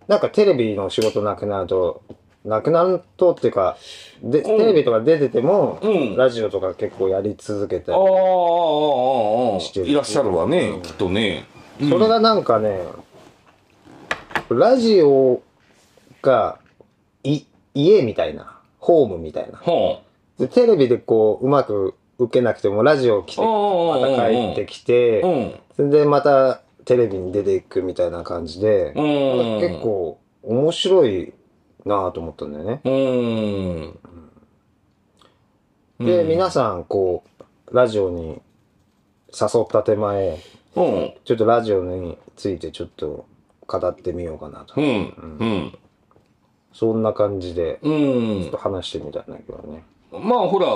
C: なんかテレビの仕事なくなると、なくなるとっていうか、で、
A: うん
C: テレビとか出てても、
A: うん
C: ラジオとか結構やり続けて
A: ああ、ああ、あ、あ、あ
C: し
A: あ。
C: てる
A: いらっしゃるわね、きっとね。
C: それがなんかね、ラジオが、い、家みたいな、ホームみたいな。
A: は
C: で、テレビでこう、うまく受けなくても、ラジオ来て、
A: あああ
C: ま
A: あああ
C: た帰ってきて
A: あ。う、ん。
C: それでまたテレビに出ていくみたいな感じで、
A: うん。
C: 結。構面白いなぁと思ったんだよね。
A: うん。
C: で、
A: うん
C: 皆さん、こう、ラジオに誘った手前、
A: うん。
C: ちょっとラジオについてちょっと語ってみようかなと
A: う。ん。
C: そんな感じで、
A: うん。う
C: ちょっ
A: ん
C: と。話してみたんだけどね。
A: まあほら、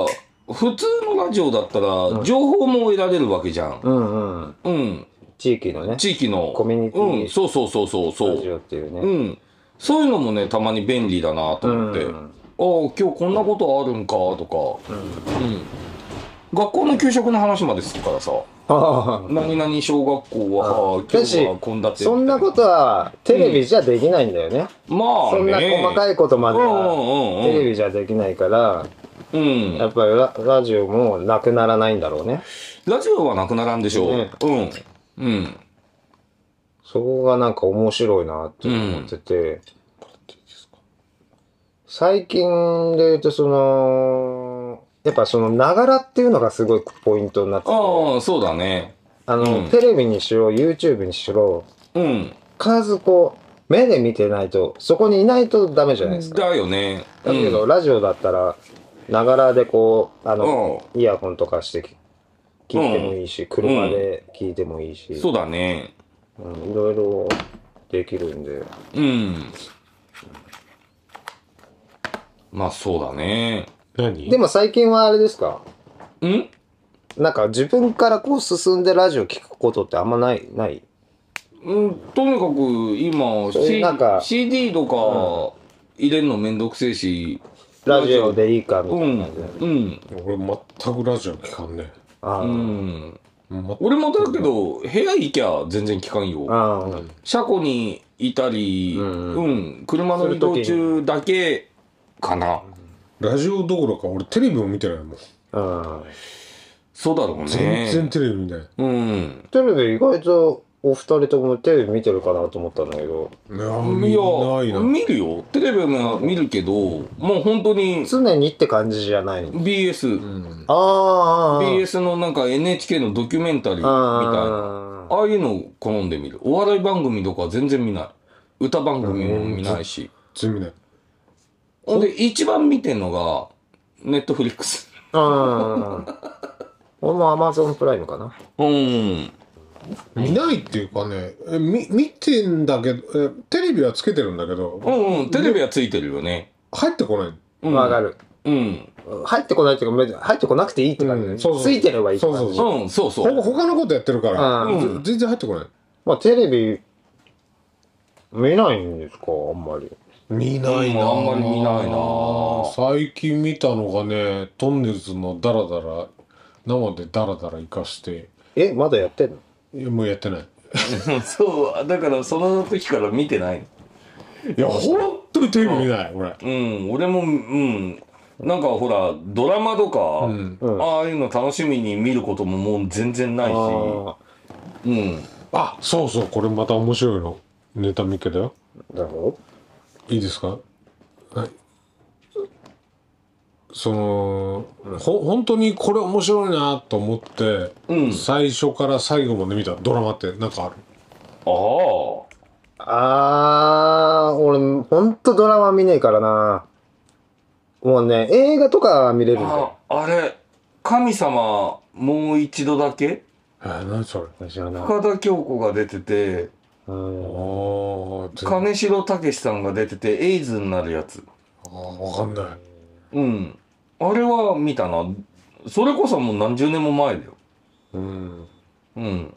A: 普通のラジオだったら、情報も得られるわけじゃん。
C: うんうん。
A: うん。
C: 地域のね、
A: 地域の。
C: コミュニティ
A: うん。そうそうそうそうそ
C: ラジ
A: う。
C: オっていう
A: う
C: ね。
A: ん。そういうのもね、たまに便利だなと思って。
C: う
A: ああ
C: ん、
A: 今日こんなことあるんか、とか。うん。学校の給食の話までするからさ。
C: ああ
A: 何々小学校は、
C: あ
A: ああ今日はこんだって。
C: そんなことはテレビじゃできないんだよね。
A: まあね。
C: そんな細かいことまでは
A: うんうんうん
C: テレビじゃできないから、
A: うん。
C: やっぱりララジオもなくならないんだろうね。
A: ラジオはなくならんでしょう。
C: ね
A: うん。うん。
C: そこがなんか面白いなって思ってて、最近で言うとその、やっぱそのながらっていうのがすごいポイントになってて、
A: ああ、そうだね。
C: あの、
A: うん
C: テレビにしろ、YouTube にしろ、
A: うん。
C: 必ずこう、目で見てないと、そこにいないとダメじゃないですか。
A: だよね。
C: だけど、
A: うん、
C: ラジオだったら、ながらでこう、あの、イヤホンとかしてき聞いてもいいし、車で聞いてもいいし、
A: そうだね。
C: うん、いろいろできるんで。
A: うん。まあ、そうだね。
B: 何
C: でも最近はあれですか
A: ん
C: なんか自分からこう進んでラジオ聞くことってあんまない、ない
A: うん、とにかく今、
C: そういう
A: C
C: なんか
A: CD とか入れるのめんどくせえし、
C: ラジオでいいかみた
A: う
C: い
A: ん、
C: な感じで。
A: うん、
B: 俺全くラジオ聞かんね。
C: あ
A: う
C: ー
A: ん。
B: 全く
A: 俺もだけど、部屋行きゃ全然聞かんよ。
C: あー、
A: 車庫にいたり、
C: う
A: うんん、車の移動
C: そうい
A: 中だけかな。
B: ラジオどころか俺テレビも見てないもん。
C: うん。
A: そうだろうね。
B: 全然テレビ見ない。
A: うん。
C: テレビ意外とお二人ともテレビ見てるかなと思ったんだけど、
B: いや、
A: い
B: 見な
A: や、
B: いな。
A: 見るよ。テレビは見るけど、もう本当に
C: 常にって感じじゃない。
A: BS、
B: うん。
C: ああ。
A: BS のなんか NHK のドキュメンタリーみたいな。
C: ああ。
A: ああいうのを好んで見る。お笑い番組とか全然見ない。歌番組も見ないし。
B: 全然見ない。
A: ほんで、一番見てんのが、ネットフリックス。
C: うん。俺も Amazon プライムかな。
A: うん。
B: 見ないっていうかね、えみ見てんだけどえ、テレビはつけてるんだけど、
A: うんうん。テレビはついてるよね。
B: 入ってこない。
A: うん
C: わかる。
A: うん。
C: 入ってこないっていうか別に、入ってこなくていいって感じだ
B: う
C: ね。
B: んそうそう
C: ついてればいいって感じ。
B: そうそうそう
A: うん、そうそ
B: ほ
A: う。
B: 他のことやってるから、
C: うん
A: うん
B: 全然入ってこない。
C: まあテレビ、見ないんですかあんまり。
B: 見ないな、
A: うんあんまり見ないな
B: 最近見たのがねトンネルズのダラダラ生でダラダラ生かして
C: え、まだやってんの
B: いやもうやってない
A: そう、だからその時から見てない。
B: いや本当にテレビ見ない、俺。
A: うん、俺も、うん。なんかほら、ドラマとか、
B: うん
D: うん
A: ああいうの楽しみに見ることももう全然ないし、
D: あ
A: うん。
B: あ、そうそう、これまた面白いの。ネタ見っけだよ。
C: なるほ
B: いいですかはい。その、ほ、本当にこれ面白いなと思って、
A: うん
B: 最初から最後まで見たドラマってなんかある
A: ああ。
C: ど。あー、俺、ほんとドラマ見ねえからな。もうね、映画とか見れるんだよ。
A: あ、あれ、神様、もう一度だけ
B: えー、何それ
C: 知らない。
A: 深田恭子が出てて、
C: う
B: あ
C: ん。
B: あ、全然
A: 金城武さんが出てて、エイズになるやつ。
B: あーわかんない。
A: うん。あれは見たな。それこそもう何十年も前だよ。
B: うん。
A: うん。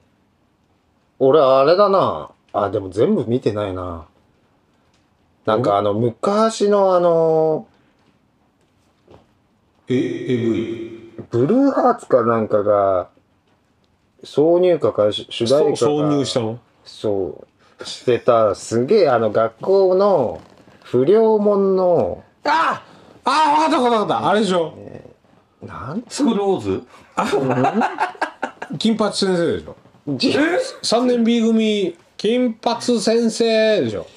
C: 俺、あれだな。あ、でも全部見てないな。なんかあの、昔のあの、
B: え、AV?
C: ブルーハーツかなんかが、挿入歌か主主題
B: そう、
C: 歌が
B: 挿入したの
C: そう、してた、すげえあの学校の不良門の、
B: ああああ、わかったわかったわかった。あれでしょ
C: なん
A: スクローズ
B: 金八先生でしょ
C: じ
B: 3年 B 組金髪先生でしょ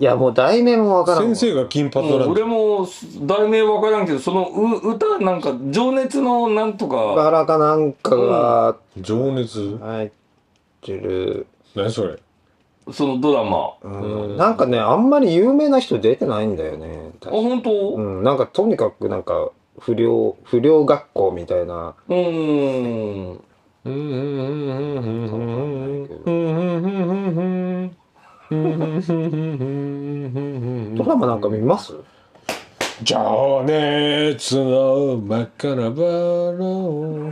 C: いや、もう題名もわからんわ。
B: 先生が金髪なんだ
A: 俺も題名わからんけど、そのう歌なんか、情熱のなんとか、
C: バラかなんかが
B: 情熱
C: 入ってる。
B: 何それ
A: そのドラマ。あ、
C: うんなんかね、あんまり有名な人出てないんだよね。確か
A: 本当
C: う、
A: うん
C: なんかとにかくなんか不良、不良学校みたいな。
A: ーん。
B: うんうんうんうんうん
C: ドラマなんか見ます
B: 情熱の真っ赤なバラ
A: も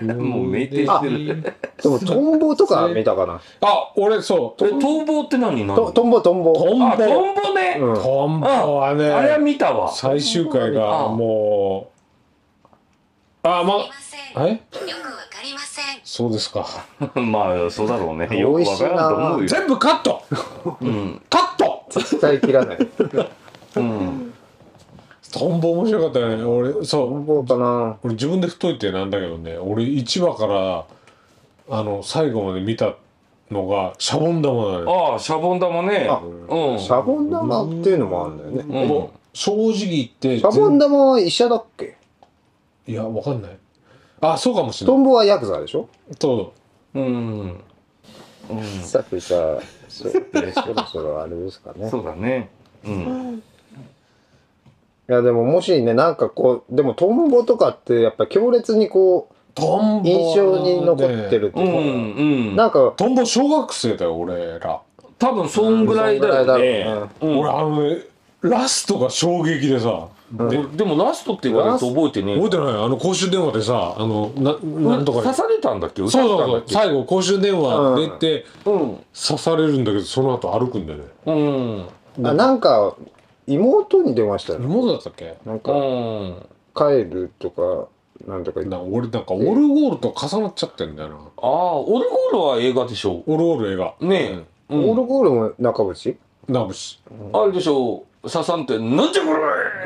A: う名店してる。
C: でも、トンボとか見たかな。
B: あ俺そう
A: え、逃亡って何何
C: とトンボ、トンボ。
B: トンボ
A: あ、トンボね。
C: うん
B: トンボはね
A: あれは見たわ。
B: 最終回がもうあ
E: すい
B: ま
E: ません。
B: え
E: よくわかりません。
B: そうですか
A: まあ、そうだろうね。
C: 美
A: よ
C: 味
A: くわ
C: しい
A: か
C: な
A: らんと思うよ。
B: 全部カット
A: うん。
B: カット
C: 絶対切らない。
A: うん。
B: トンボ面白かったよね俺そ
C: ト
B: う
C: ンボかな。
B: 俺自分で太いってなんだけどね俺1話からあの最後まで見たのがシャボン玉なのよ
A: ああ、シャボン玉ね。
C: あ
A: うん。
C: シャボン玉っていうのもあるんだよね。
A: うん
B: もう正直言って
C: シャボン
B: 全
C: 玉は医者だっけ
B: いやわかんないあそうかもしれ
C: ト
B: ない
C: ンボはヤクザでしょ
B: と
A: うん。
C: さてさ、そうそろそろあれですかね。
A: そうだね。うん。
C: いや、でももしね、なんかこう、でもトンボとかってやっぱ強烈にこ
B: トンボは
C: う、
B: ね
C: 印象に残ってると
A: う
C: いうか
A: ん。うん。
C: なんか、
B: トンボ小学生だよ俺ら
A: 多分、そんぐらいだよね
C: そんぐらいだろうね。
A: うん
B: 俺あのねラストが衝撃でさ
A: ででもラストって言われると覚えてねえ
B: 覚えてないあの公衆電話でさあのななんとか
A: 刺
B: そう
A: されたんだっけそう
B: そうそう最後公衆電話出て
A: うん
B: 刺されるんだけどその後歩くんだよね
A: うん
C: あなんか、妹に出ましたよね。
B: 妹だったっけ
C: なんか、
A: うん
C: 帰るとか、なんとか言って
B: な俺なんかオルゴールと重なっちゃってんだよな
A: ああオルゴールは映画でしょ
B: オルゴール映画
A: ねえ、うん
C: オールゴールも中渕
B: ナブシ
A: あれでしょ刺さんってなんじゃこ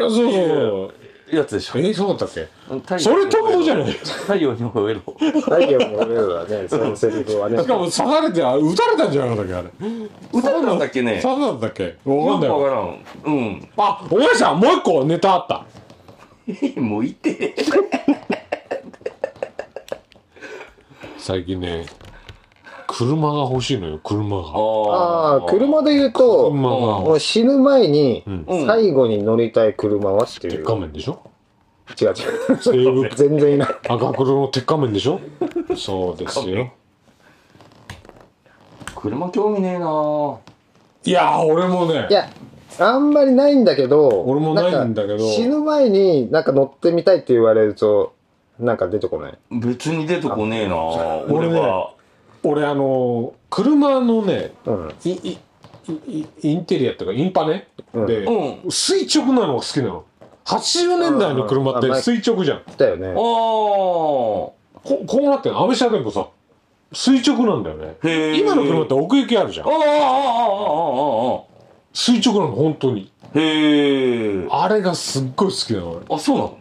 B: そうそうそう
A: れやつでしょ
B: えーそうだったっけ
A: 太陽
B: それトンボじゃないし
A: 太陽に吠え [laughs] ろ
C: ダイヤも俺ら
B: [laughs]
C: ね、そのセリフはね。
B: かも刺されてあ撃たれたんじゃなかったっけあれ
A: 歌なんだっけね
B: 刺されたんだっけわかんない
A: よく
B: よ
A: わからんうん
B: あお前さんもう一個ネタあった
A: もういて
B: 最近ね車が欲しいのよ車が
A: あ
C: ああ、車で言うと、
B: 車が
C: もう死ぬ前に
B: ん、
C: 最後に乗りたい車はってい
B: 鉄
C: う。
B: 仮面でしょ
C: 違う違う。
B: 西武
C: [laughs] 全然いない。
B: 赤黒の鉄仮面でしょそうです
A: 仮面
B: よ
A: 車興味ねえない
B: やー俺もね
C: いや、あんまりないんだけど、
B: 俺もないんだけど
C: なか死ぬ前になんか乗ってみたいって言われると、なんか出てこない。
A: 別に出てこねえな [laughs] 俺
B: 俺ね
A: は
B: 俺あのー車のね
C: うん。
B: いいいいインテリアっていうかインパネ、
C: うん
B: で、
A: う
B: 垂直なのが好きなの80年代の車っ
C: うん
B: て
C: あ
B: 垂直じゃん
C: だよね。
A: あ
B: ここうなってんのアメ車でもさ垂直なんだよね
A: へー
B: 今の車って奥行きあるじゃん
A: ああああああああああ
B: 垂直なの本当に
A: へえ。
B: あれがすっごい好きなの
A: あ、そうなの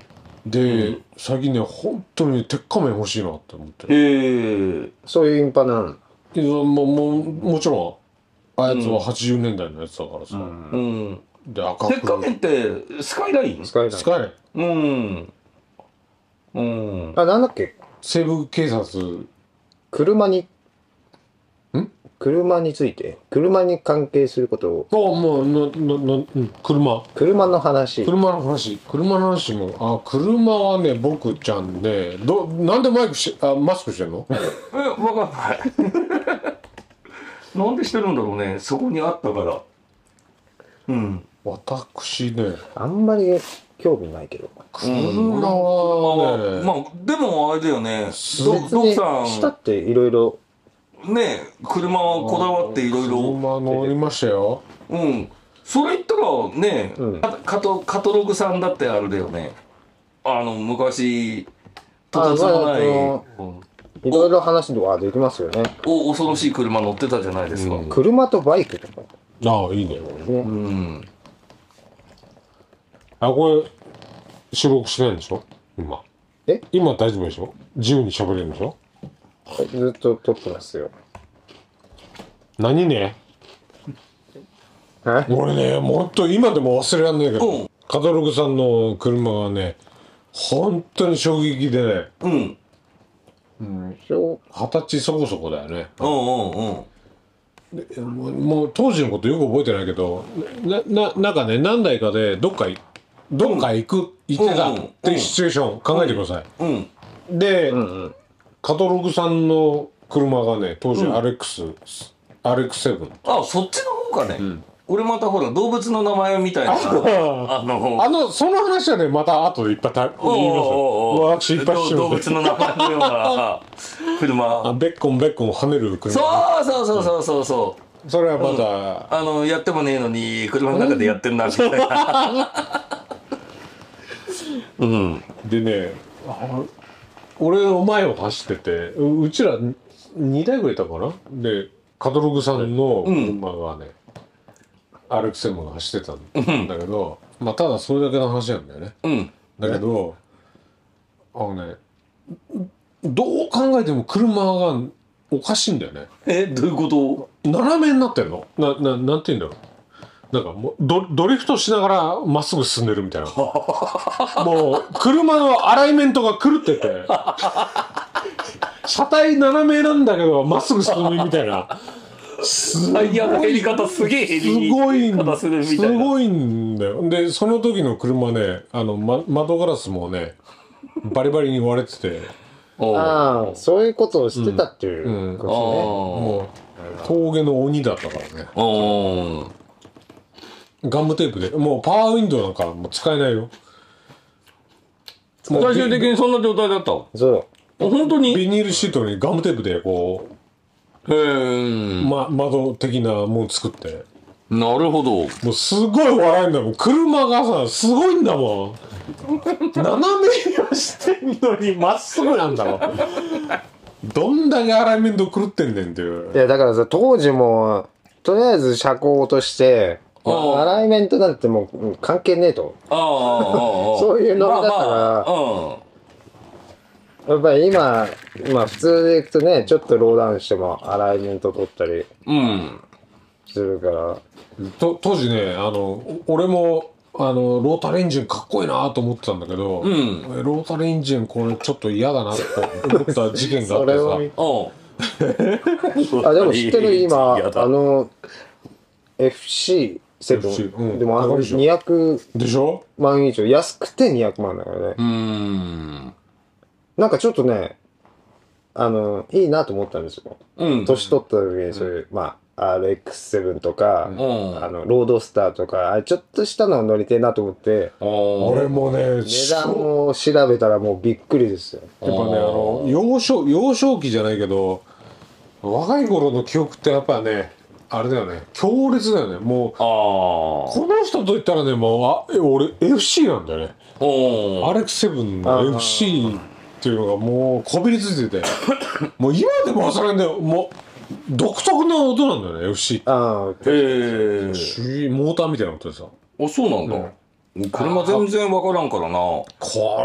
B: で、最近ね本当にね鉄仮面欲しいなって思ってる
A: へえ。
C: そういうインパなの。
B: いやもうもうもちろんあやつは80年代のやつだからさ、
A: うん。
B: で赤
A: 鉄
B: 黒
A: 仮面って、スカイライン
C: 使えない
B: ス。カイライン
A: うん。うん。
C: あ、なんだっけ
B: 西部警察
C: 車に。
B: ん
C: 車について。車に関係することを。
B: あもうののの、うん、車
C: 車の話。
B: 車の話車の話もあ車はね僕ちゃんねどなんでマイクしあマスクしてんの
A: え、わかんない。 [laughs] なんでしてるんだろうね。そこにあったから。うん。
B: 私ね
C: あんまり興味ないけど。
B: 車
A: まあ
B: はね、
A: まあ、でもあれだよね。ど
C: 別
A: ド
C: に
A: ク
C: した
A: さ
C: っていろいろ。
A: ん、ね、車はこだわっていろいろ。
B: 車乗りましたよ
A: うん。それ言ったらね、
C: うん
A: カカトカトログさんだってあれだよね。あの、昔、と
C: あ
A: てつもない、
C: まあ
A: うん
C: いろいろ話はできますよね。
A: お恐ろしい車乗ってたじゃないですか。うん。
C: 車とバイクとか。
B: ああいいね
C: ね。
B: あこれ収録してないんでしょ今
C: え
B: 今大丈夫でしょ自由に喋れるんでしょ
C: ずっと撮ってますよ。
B: 何ね
C: はい。
B: 俺ねもっと今でも忘れらんねえけど、
A: うん
B: カタログさんの車はね本当に衝撃でね
A: うん。
C: そう
B: 二十歳そこそこだよね
A: うんうんうん。
B: もうもう当時のことよく覚えてないけどなななんかね何台かでどっかいどっか行く、行ってたっていうシチュエーション考えてください、
A: うん。
B: で、
C: うんうん。
B: カトログさんの車がね当時アレックス、アレックスセブン
A: あ、そっちの方かね。俺またほら、動物の名前みたいな。あの、
B: あのその話はねまた後でいっぱいた言います
A: おうおう
B: よ
A: おう
B: 私いっぱいして
A: 動
B: ます
A: 物の名前のような
B: あ
A: 車。
B: ベッコンベッコン跳ねる車
A: そうそうそうそうそうそう。
B: それはまた、
A: あの、やってもねえのに、車の中でやってんな、みたいな。うん。
B: でねあ俺の前を走っててううちら2台ぐらいいたかなでカトログさんの車がね、アレクセムが走ってたんだけど、まあただそれだけの話なんだよね
A: うん。
B: だけどあのねどう考えても車がおかしいんだよね
A: え、どういうこと
B: 斜めになってんのなななんて言うんだろうなんかもうドドリフトしながらまっすぐ進んでるみたいなもう車のアライメントが狂ってて車体斜めなんだけどまっすぐ進むみたいなす
A: タイヤの減り方すげえ
B: す
A: 減り
B: ごいん
A: 方するみたい
B: す
A: な。
B: ごいんだよでその時の車ねあの、ま、窓ガラスもねバリバリに割れてて、
A: おう
C: ああ、そういうことをしてたっていう
B: うん
C: こと
A: あー
B: もう峠の鬼だったからね
A: おう
B: ガムテープでもうパワーウィンドウなんかもう使えないよ
A: 最終的にそんな状態だったあ
C: ね。そう。
A: 本当に
B: ビニールシートにガムテープでこ
A: へえ
B: う、。ま、窓的なもん作って
A: なるほど。
B: もうすごい笑えんだもん車がさすごいんだもん斜めにはしてんのにまっすぐなんだもんどんだけアライメント狂ってんねんっていう
C: いやだからさ当時もとりあえず車高を落として
A: うん
C: アライメントなんてもううん関係ねえと
A: ああ、ああ。
C: そういうノリだから
A: まあま
C: やっぱり今まあ普通でいくとねちょっとローダウンしてもアライメント取ったり
A: あうん。うん。
C: するから
B: と当時ねあのお俺もあのロータルエンジンかっこいいなと思ってたんだけど、
A: ん
B: ロータルエンジンこれちょっと嫌だなって思った事件があ
C: それを
B: って
A: お
C: [laughs] あでも知っ
B: [laughs]
C: てる今
A: やだ
C: あの FC7
B: FC うん
C: でもあの
B: 高いでしょ
C: 200
B: さでしょ
C: 万以上安くて200万だからね
A: うーん。
C: なんかちょっとねあのいいなと思ったんですよ
A: うん。
C: 年取った時にそういう、まあ RX7 とか、
A: うん
C: あのロードスターとかあちょっとしたのを乗りてえなと思って
A: 俺
B: 俺もね
C: 値段を調べたらもうびっくりですよ
B: やっぱねあの幼少幼少期じゃないけど若い頃の記憶ってやっぱねあれだよね強烈だよねもう
A: ああ。
B: この人と言ったらねもうあえ俺 FC なんだよね
A: お
B: アレックス7の [coughs] FC っていうのがもうこびりついててもう今でも忘れんだよもう独特な音なんだよね、FC って。
D: あ
A: へえ。
B: シュイモーターみたいな音でさ。
A: あ、そうなんだ。車全然わからんからな。
B: こ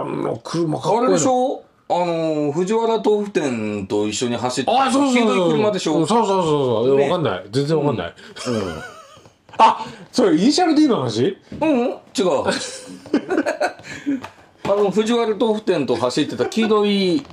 B: の車かっこいい
A: あ
B: な。
A: れでしょあの、藤原豆腐店と一緒に走って
B: あ、そうそう
A: 黄
B: そ
A: 色
B: う。
A: い車でし
B: うん
A: ょ
B: そうそうそうそう。
A: ね
B: わかんない。全然わかんない。あ、それイニシャル D の話
A: うん、
B: [laughs]
A: 違う。あの、藤原豆腐店と走ってた黄色い、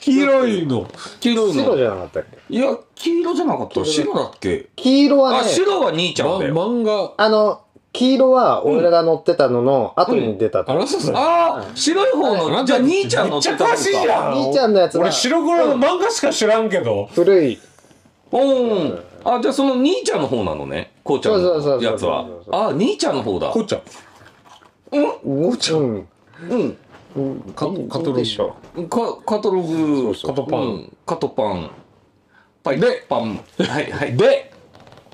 B: 黄色いの。
A: 黄色い
C: 白
A: の。
C: じゃなかったっけ
A: いや、黄色じゃなかった。白だっけ
C: 黄色は
A: あ、
C: ね、
A: 白は兄ちゃん
B: ま
A: だよ。
B: 漫画。
C: あの、黄色は俺らが乗ってたのの後に出たと。
B: あれそうそう。
A: ああ、白い方の、じゃあ兄ちゃんの
B: めっちゃ詳しいやん。
C: 兄ちゃんのやつ
B: 俺
C: は
B: 白黒の漫画しか知らんけど。
C: 古い。
A: うん。あ、じゃあその兄ちゃんの方なのね。こうちゃん
C: そうそうそう
A: の
C: そう
A: やつは
C: そうそう。
A: あ、兄ちゃんの方だ
B: こ。っちゃん。
C: もうちょん。
A: うん。
B: カカトロ
D: でしょ。
A: かカトログ。
B: そうカトパン
A: うん。カトパン。パイで、パン。はいはい。で、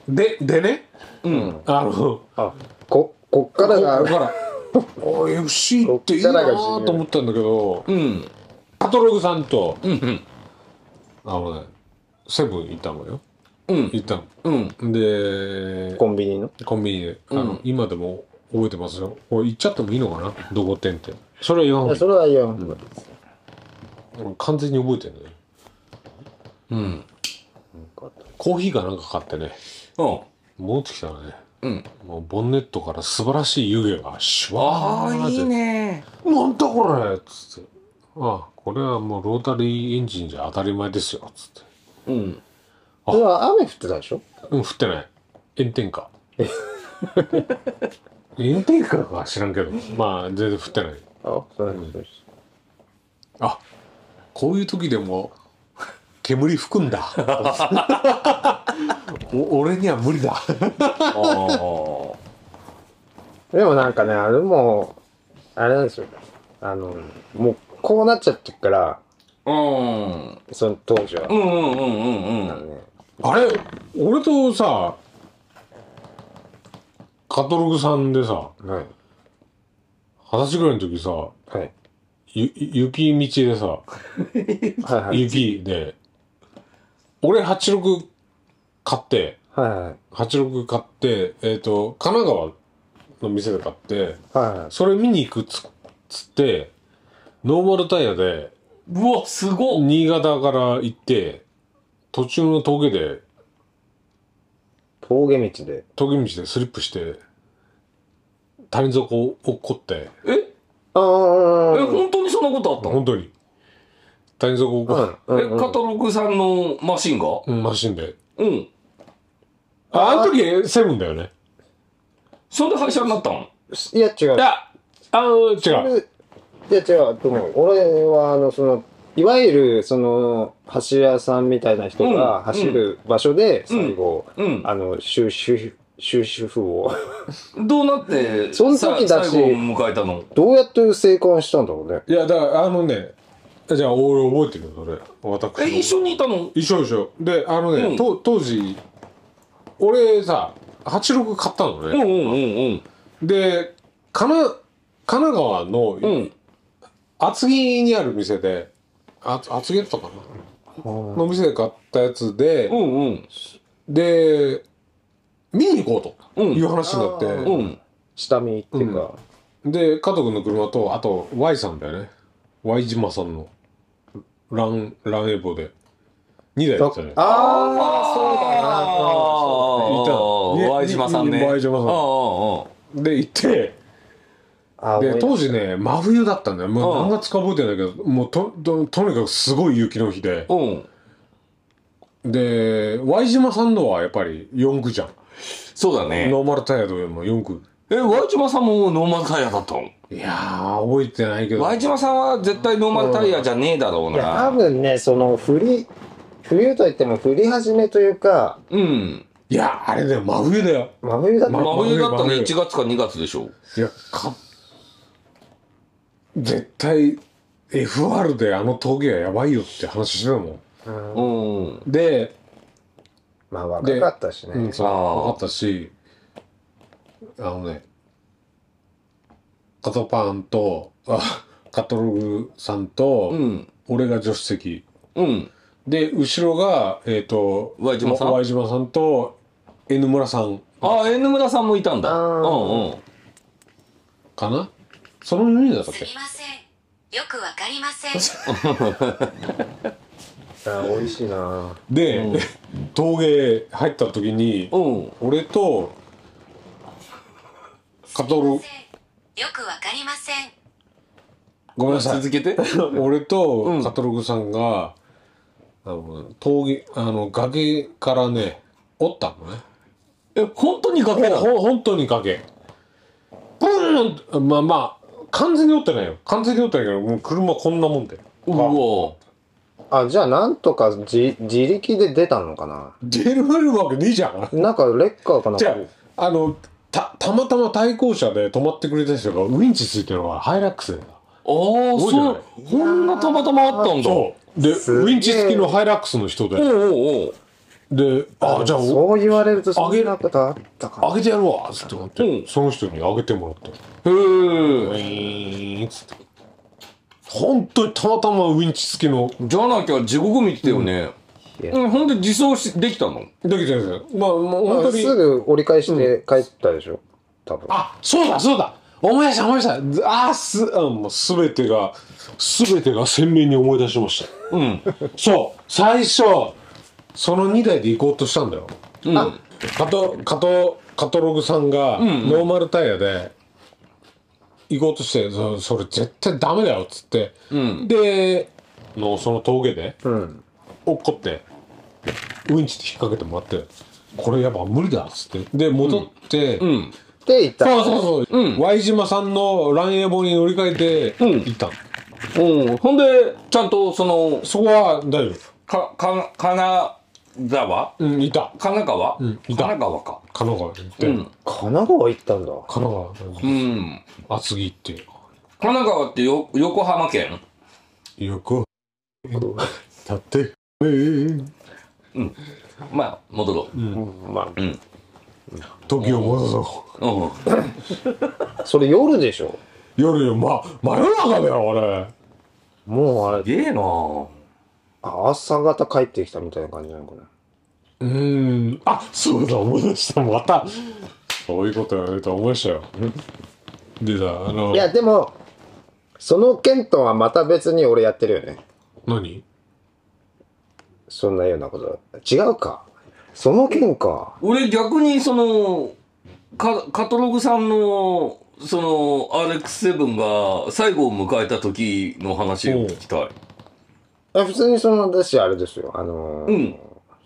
B: で、でね。
A: うん。
B: あの、
C: あ、こ、こっからが、
B: ら。お FC っていいなーと思ったんだけど、
A: うん。
B: カトログさんと、
A: うん。うん。
B: あのね、セブン行ったのよ。
A: うん。
B: 行ったの。
A: うん。
B: で、
C: コンビニの。
B: コンビニで、あの、
A: うん
B: 今でも覚えてますよ。これ行っちゃってもいいのかなどこ店って。それは言わんほうが
C: いやそ
B: い
C: れは言わん方がいい。
B: い俺完全に覚えてるね。
A: うん。
B: コーヒーかなんか買ってね、
A: うん。
B: 戻ってきたらね、
A: うん。
B: もうボンネットから素晴らしい湯気がシュ
A: あ
B: ワー
A: あ、
B: って。
A: いいね。
B: なんだこれつって。ああ、これはもうロータリーエンジンじゃ当たり前ですよ。つって。
A: うん。
C: それは雨降ってたでしょ
B: うん、降ってない。炎天下。炎天下か知らんけど。まあ、全然降ってない。
C: あ、そうなんです。
B: あ、こういう時でも、煙吹くん [laughs] だ。お俺には無理だ。
A: ああ。
C: でもなんかね、あれも、あれなんですよ。あの、もう、こうなっちゃってるから、
A: うん。
C: その当時は
A: う。んうんうんうんうん。
C: ね
B: あれ、俺とさ、カトログさんでさ、
C: はい。
B: 二十歳ぐらいの時さ、
C: はい。
B: ゆ雪道でさ、
C: はいはい。
B: 雪で、俺86買って、
C: はいはい。
B: 86買って、えっ、と、神奈川の店で買って、
C: はいはい。
B: それ見に行くっつつって、ノーマルタイヤで、
A: うわ、すごっ。
B: 新潟から行って、途中の峠で、
C: 峠道で。
B: 峠道でスリップして、谷底を落っこって、
A: え、え、
C: ああ、
A: 本当にそんなことあったの
B: 本当に、谷底を落っこっ
A: え、カトログさんのマシンが
B: て、マシンで。
A: うん。
B: あ、あの時、セブンだよね。
A: そんで廃車になったん
C: いや、違う
B: い。や、あの、違う。
C: いや、違うと思う。俺は、あの、その、いわゆる、その、走り屋さんみたいな人
A: うん
C: が走る場所で、
A: うん
C: 最後、
A: うん。
C: あの、終止、終止符を。 [laughs]
A: どうなって、
C: その時だし
A: さ最後を迎えたの
C: どうやって生還したんだろうね。
B: いや、だから、あのね、じゃあ、俺覚えてるよ、それ。私。
A: え、一緒にいたの
B: 一緒一緒であのね、
A: うん
B: と当時俺さ86買ったの
A: うん
B: ね、
A: うんうん
B: で神奈神奈川の
A: うん。うん。
B: 厚木にある店であ厚木だったかなの店で買ったやつで、
A: うんうん。
B: で見に行こうと
A: うん
B: いう話になって、
A: うん。
C: 下見っていうか、
B: で加藤君の車とあと Y さんだよね Y 島さんのランランエボで2台だったね
C: ああ
B: いた
A: あ
B: ね
A: あ、ワイ島さんね。
B: ワイ島さん
A: ああああ
B: で行って
C: あ
B: で当
C: 時
B: 時ね真冬だったんだよもう
A: うん
B: 何月か覚えてないけどもうとととにかくすごい雪の日で
A: うん。
B: で Y 島さんのはやっぱり4区じゃん
A: そうだね。
B: ノーマルタイヤとでも4区
A: え、ワイ島さんもノーマルタイヤだったの
B: いやー覚えてないけど
A: ワイ島さんは絶対ノーマルタイヤじゃねえだろう
C: いや多
A: な。
C: 分ねその振り冬といっても振り始めというか
A: うん。
B: いやあれだよ真冬だよ
C: 真冬だった
B: ま
A: 真冬だった
B: 真
A: ら
B: 冬
A: 1月か2月でしょ。
B: いやか絶対 FR であの峠はやばいよって話してたも
A: うん。
B: んで
C: まあ若かったしね、
B: うん、そう
A: あー
B: 分かったしあのねカトパンとあカトログさんと、
A: うん。
B: 俺が助手席
A: うん。
B: で、後ろが、えっ、と、
A: Y 島さん
B: Y 島さんと N 村さん
A: あ、N 村さんもいたんだ。
C: あー
A: うんうん。
B: かなその4人だったっ
E: す
B: け
E: みません。よくわかりません。
C: あ美味しいな
B: で、
A: うん
B: 陶芸入った時に、
A: うん。
B: 俺と、カトル、
E: よくわかりません。
B: ごめんなさい
A: 続。
C: [laughs]
A: けて。
B: [laughs] 俺
A: う
B: と
A: ん
B: カトログさんが、あの陶芸あの崖からね折ったのね
A: え、本当に崖なの
B: ほ本当に崖ブーンまあまあ完全に折ってないよ完全に折ってないけどもう車こんなもんで
A: うわ
C: あじゃあなんとかじ自力で出たのかな
B: 出るわけねえじゃん
C: なんかレッカーかな
B: じゃああのたたまたま対向車で止まってくれた人がウインチついてるのがハイラックスだ
A: ああ、そ。
B: ごいじゃないう
A: こんなたまたまあったんだ。
B: そうです
C: げえ
B: ウインチ付きのハイラックスの人
A: お
B: で
A: うおうおう。
B: であじゃあ
C: そう言われると
B: あ
C: そ
B: げ
C: んなことあったか
B: あげてやるわっつって思って、
A: うん
B: その人にあげてもらってウ
A: へえ。
B: ィーンっつって本当にたまたまウィンチ付きの
A: じゃなきゃ地獄見てたよね。
C: いや
A: うん、ほんで自走しできたの
B: できてるんですよまあもう
C: ま
B: 本
C: あ
B: 当
C: す
B: に
C: ぐ折り返して帰ったでしょ多分
B: あそうだそうだ思い出した思い出したあーすあもう全てが全てが鮮明に思い出しました
A: うん。
B: そう最初その2台で行こうとしたんだよ
A: うん。
B: カトカトカトログさんがノーマルタイヤで行こうとして、そそれ絶対ダメだよっつって、
A: ん
B: でのその峠で
C: うん
B: 落っこってウインチで引っ掛けてもらってこれやっぱ無理だっつってで戻って、
A: うん。
C: で行った
B: そうそうそう、
A: うん
B: Y 島さんのランエボに乗り換えて
A: うん
B: 行ったの、
A: うん。ほんで、ちゃんとその、
B: そこは大丈
A: か、か、金沢
B: 夫うんいた
A: 神奈川
B: うんい
A: 神
B: た
A: 奈川か。
B: 神奈川に行って、
A: うん。
C: 神奈川行ったんだ
B: 神奈川
A: うん。
B: 厚木行って
A: 神奈川ってよ横浜県
B: よく立ってうん
A: まあ、戻ろう。
C: ま
B: 時を戻そう
A: うん。
C: あそれ夜でしょ
B: 夜よま真夜中だよ俺
C: もうあれ
A: すげえなぁ。
C: 朝方帰ってきたみたいな感じなのかな
B: うーんあそうだ思い出したまたそういうことやると思い出したよでさあの
C: いやでもその件とはまた別に俺やってるよね
B: 何
C: そんなようなこと違うかその件か
A: 俺逆にその、カカトログさんの、その、RX7 が最後を迎えた時の話を聞きたい。
C: いや普通にその私あれですよあのー
A: うん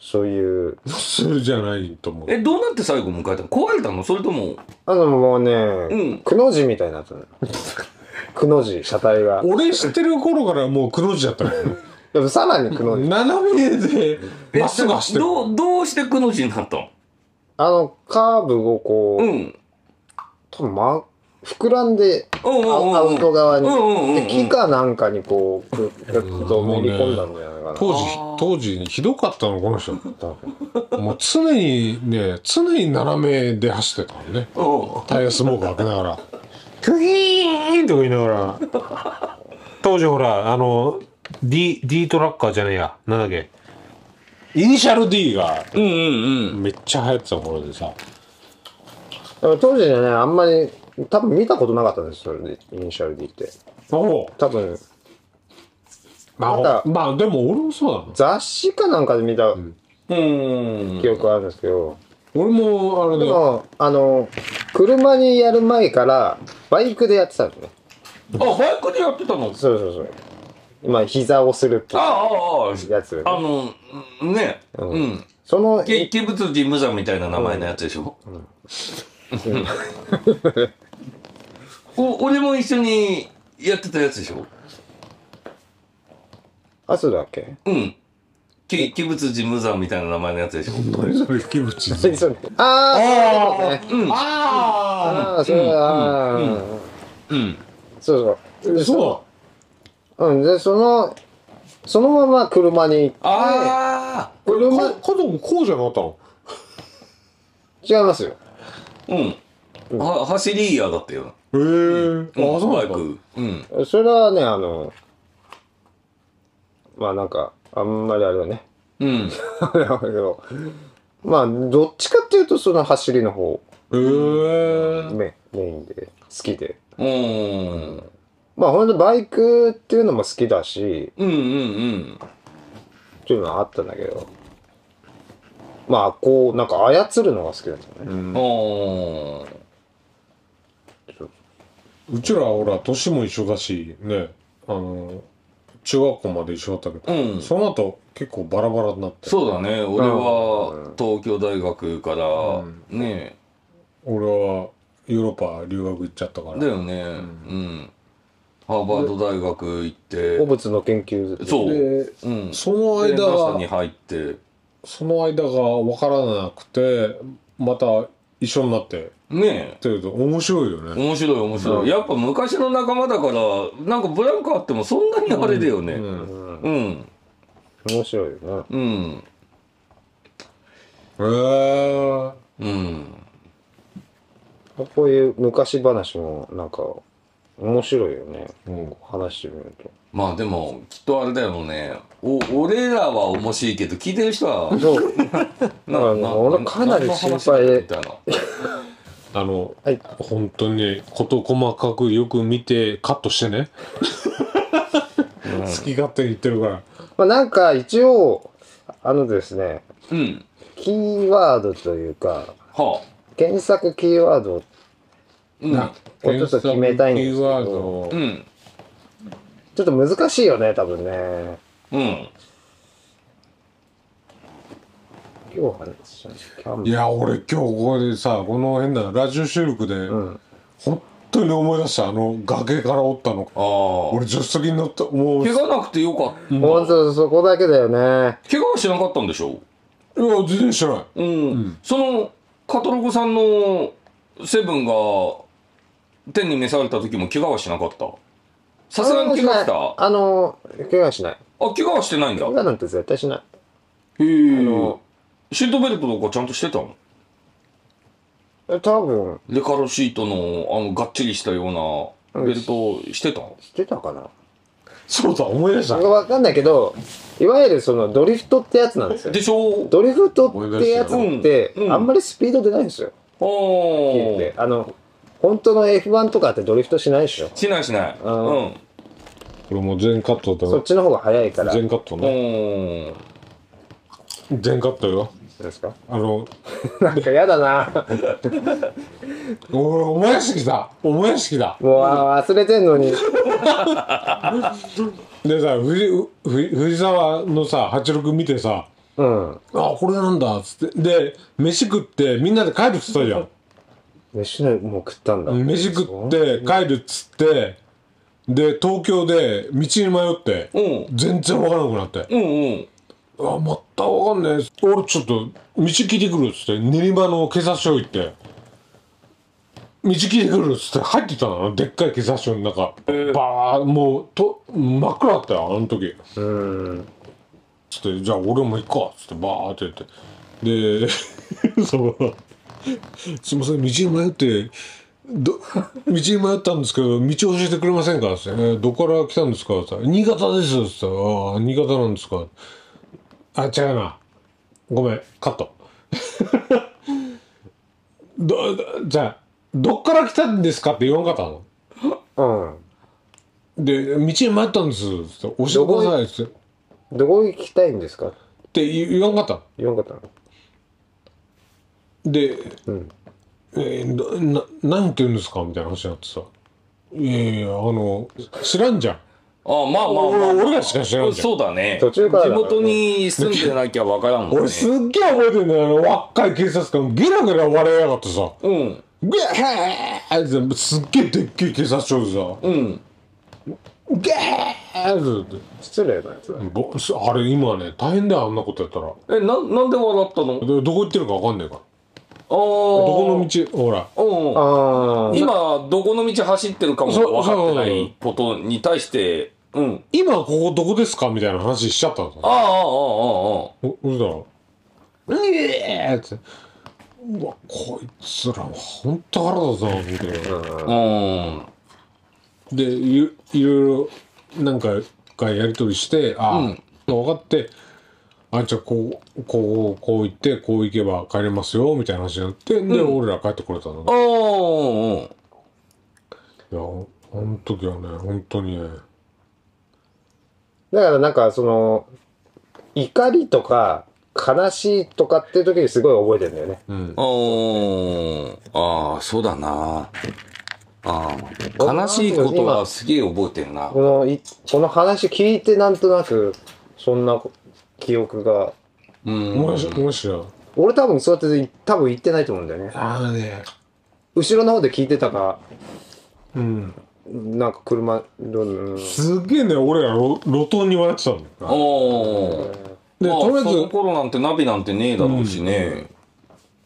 C: そういう
B: それじゃないと思う
A: え、どうなって最後迎えたの壊れたのそれとも、
C: あのもうね、
A: うん
C: くの字みたいになったの
A: [laughs]
C: くの字車体が
B: 俺知ってる頃からもうくの字だったからね
C: でもさらにくの字
B: 斜めで
A: え
B: まっすぐ走ってる
A: どう、どうしてくの字になったの
C: あのカーブをこう、
A: うん。
C: 多分、ま、膨らんで
A: うんうん
C: ア
A: うんうん
C: アウト側に、
A: うんうんうんう
C: で
A: ん
C: 木かなんかにこうぐぐっとめり込んだんじゃないか
B: 当時
A: あー
B: 当時ひどかったのこの人
C: な、多分
B: もう常にね常に斜めで走ってたのね
A: う
B: タイヤスモーク開けながら「クヒーン!」とか言いながら当時ほらあの D, D トラッカーじゃねえやなんだっけイニシャル D が
A: ん。うんうんうん。
B: めっちゃ流行ってた頃でさ
C: でも当時ねあんまり多分見たことなかったんですよそれでイニシャル D って
B: おう
C: 多分
B: まあ、
C: まだ
B: まあでも俺もそうだな
C: 雑誌かなんかで見た
A: うーん。
C: 記憶あるんですけど、
B: 俺もあれ
C: で
B: だよ
C: もあの車にやる前からバイクでやってたんですね
A: あ、バイクでやってたの
C: そうそうそう今膝をするって
A: ああ、ああ、
C: やつ
A: あの、んね、うん。
C: その
A: け鬼物寺無惨みたいな名前のやつでしょ、お俺も一緒にやってたやつでしょ
C: あそうだっけ
A: うん。け鬼物寺無惨みたいな名前のやつでしょ
B: 何それ吹きぶち
C: そうそうああそういうことね
A: うん。
B: あ
C: ああそれはあー
A: うん。
C: そうそう
B: あそ
C: でそうんでそのそのまま車に行って
A: ああ、
B: う
C: 車
B: か家族こうじゃなかったの
C: 違いますよ
A: うん。は、走り屋だったよ
B: へえ、
A: な。うん
B: あそう
A: バ
B: な
A: イ
B: んだ
A: ク。うん。
C: それはねあのまあなんかあんまりあれだね。 [laughs]
A: うん。
C: あれだけど。まあ、どっちかっていうと、その走りの方、
B: えー、
C: メメインで、好きで。
A: うん。
C: まあ、ほんとバイクっていうのも好きだし、
A: うんうん
C: っていうのはあったんだけど。まあ、こう、なんか操るのが好きなんだよね。
A: うん。おー
B: うちらほら年も一緒だしねあの中学校まで一緒だったけど、
A: うん
B: その後結構バラバラになって
A: そうだね。俺
C: う
A: は
C: ん
A: 東京大学から、
B: うん
A: ね
B: 俺はヨーロッパ留学行っちゃったから
A: だよね、うん。ハーバード大学行って、
C: 古物の研究
A: そう
B: で
A: うん。
B: その
A: で、
B: 間
A: NASA
B: は
A: に入って、
B: その間が分からなくてまた一緒になって
A: ね
B: っていうと面白いよね。
A: 面白い面白い。やっぱ昔の仲間だから、なんかブランクあってもそんなにあれだよね。
B: う
C: うんん。
A: うん。
C: 面白いよな。
A: うん。
B: へー
A: うん。
C: こういう昔話もなんか面白いよね
B: うん
C: 話してみると
A: まあでも、きっとあれだよね。お、俺らは面白いけど、聞いてる人は、
C: そう [laughs] だから俺かなり心配で
A: みたいな。
B: あの、
C: はい
B: 本当に事細かくよく見てカットしてね、好き勝手に言ってるから
C: まあなんか一応あのですね
A: うん。
C: キーワードというか
A: は
C: 検索キーワード
A: あ。
C: をちょっと決めたいんです
B: 検索キー
C: け
B: ワード
C: ど
B: を
A: うん。うん。
C: ちょっと難しいよね多分ね
A: うん。
C: 今日話したんですキャン
B: いや俺今日ここでさこの変なラジオ収録で、
C: ん
B: 本当に思い出したあの崖からおったの
A: ああ。
B: 俺助手席に乗ったもう
A: 怪我なくてよかった。
C: ほんとそこだけだよね
A: 怪我はしなかったんでしょ
B: いや全然してない
A: うん。その、カトログさんのセブンが、天に召された時も怪我はしなかった。さすがに怪我したあ、
C: あの怪我しない
A: 怪我はしてないんだ。
C: 怪
A: へ
C: 我なんて絶対しない
A: え
C: の。
A: シートベルトとかちゃんとしてたの
C: え多分
A: レカロシートの、あの、がっちりしたようなベルトしてたの
C: してたかな
B: そうだ思い出した
C: わかんないけどいわゆるそのドリフトってやつなんですよ
A: でしょ
C: ドリフトってやつって
A: うんうん
C: あんまりスピード出ないんですよ、
A: あー
C: であの本当の F1 とかってドリフトしないでしょ
A: しないしない。う
C: うん
A: ん。
B: これもう全カットだ
C: そっちの方が早いから
B: 全カット
A: う
B: ね
A: ん。
B: 全カットよ
C: ですか [laughs]
B: あの
C: なんかやだな
B: 俺思い出してきた思い出してきた
C: もうあー忘れてんのに
B: でさ藤藤藤沢のさ86見てさ
C: うん
B: あこれなんだっつってで飯食ってみんなで帰るっつったじゃん
C: 飯なんもう食ったんだ
B: 飯食って帰るっつってで東京で道に迷って
A: う
B: 全然わからなくなって
A: うんうん。
B: 「あまたわかんねえ」俺ちょっと道聞いてくる」っつって練馬の警察署行って「道聞いてくる」っつって入ってったのでっかい警察署の中バーもうと真っ暗だったよあの時
C: うん
B: つって「じゃあ俺も行くか」つってバーって言ってで [laughs] その「すいません道に迷ってど道に迷ったんですけど道教えてくれませんか?」っつって、えーどこから来たんですか?」って言ったら新潟です」っつって「ああ新潟なんですか」あ違うなごめんカット [laughs] どどじゃあどっから来たんですかって言わんかったの
C: うん
B: で道に迷ったんですっつって教えてくださいっつってっ
C: どこ行きたいんですか
B: て言わんかったの
C: 言わんかったの
B: で、えーどな、なんて言うんですかみたいな話になってさ。いやいや、あの、知らんじゃん。
A: ああ、まあまあまあ。
B: 俺俺らしか知らんじゃん
A: そうだね。
C: 途中から
A: 地
C: だからね
A: 元に住んでなきゃわからんもん
B: 俺
A: ね。
B: すっげえ覚えてんだよ。あの、若い警察官、ゲラゲラ笑いやがってさ。
A: うん。
B: ゲーへーってすっげえでっけえ警察署でさ。
A: うん。
B: ゲーって
C: 失礼なやつだ
B: ぼあれ今ね、大変だよ、あんなことやったら。
A: え、な、なんで笑ったのああ。
B: でどこ行ってるかわかんねえから。どこの
A: ど
B: 道、ほら。
A: この
C: あ
A: 道うん。
C: ー
A: 今、どこの道走ってるかも
B: そう
A: 分かってな
B: そう
A: いことに対して、うん。
B: 今ここどこですかみたいな話しちゃったのさ
A: あ。あ、ああ、ああ、
B: おそしたら「うえー!」ってうわこいつらほんと腹立つな思って
A: ああ。うん。
B: でいいろいろなんかがやり取りして「あ、
A: うん
B: の分かって、あんちゃんこう、こう、こう行って、こう行けば帰れますよ、みたいな話になって、で、俺ら帰ってこれたのね。
A: おー
B: いや、ほんあの時はね、本当にね、
C: だからなんかその怒りとか悲しいとかっていう時にすごい覚えてるんだよね。
B: うん。
A: おーああ、そうだな。ああ、悲しいことはすげえ覚えてるな
C: こ。のいこの話聞いてなんとなくそんな記憶が
A: うん。
B: もし、もしや、
C: 俺多分そうやって多分言ってないと思うんだよね。
B: ああね、
C: 後ろの方で聞いてたか
B: うん。
C: なんか車どん
B: すげえね、俺ら路路頭に笑ってたの。
A: おー
B: で、
A: まあ、
B: とりあえず、
A: その頃なんてナビなんてねえだろうしね。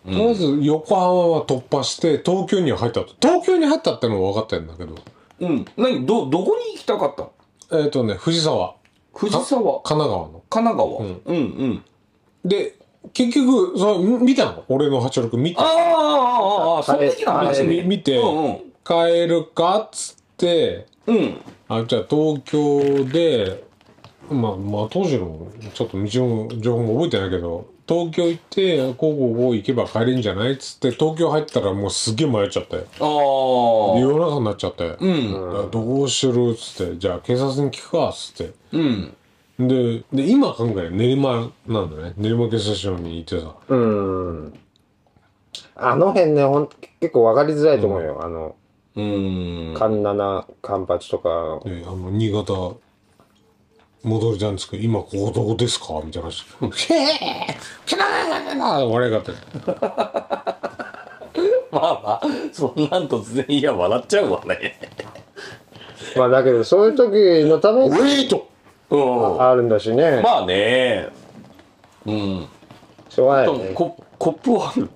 B: とりあえず横浜は突破して東京には入ったと東京に入ったってのは分かってんだけど
A: うん。何ど、どこに行きたかったの
B: えっ、とね藤沢
A: 藤
B: 神
A: 沢、
B: 奈川の
A: 神奈川。
B: ん
A: うん、うん。
B: で結局その見たの俺の86見
A: あー
B: た
A: あー、あーあー、その時の話
B: み
A: ね。
B: 見て、
A: うん
B: 帰るかっつって
A: うん。うん。
B: あじゃあ東京でまあまあ当時のちょっと道も情報も覚えてないけど東京行ってこうこうこう行けば帰れるんじゃないっつって東京入ったらもうすげえ迷っちゃって
A: あ
B: 夜
A: あ。
B: 中になっちゃって、
A: うん。
B: あどうしろっつってじゃあ警察に聞くかっつって
A: うん。
B: でで今考える練馬なんだね練馬警察署に行ってさ
C: うんあの辺ねほん結構わかりづらいと思うよ、あの
A: うん。
C: カンナナカンパチとか
B: であの新潟戻りたいんですけど今ここどこですかみたいな話 [laughs] 「へえキャー!」笑い方
A: まあまあ、そんなん突然、いや、笑っちゃうわね。
C: まあだけどそういう時のために
B: ウェイト!
A: うん。
C: あるんだしね、
A: まあね。うん。
C: しょうがない
A: 多
C: よ
A: 分
C: ね
A: ココップはある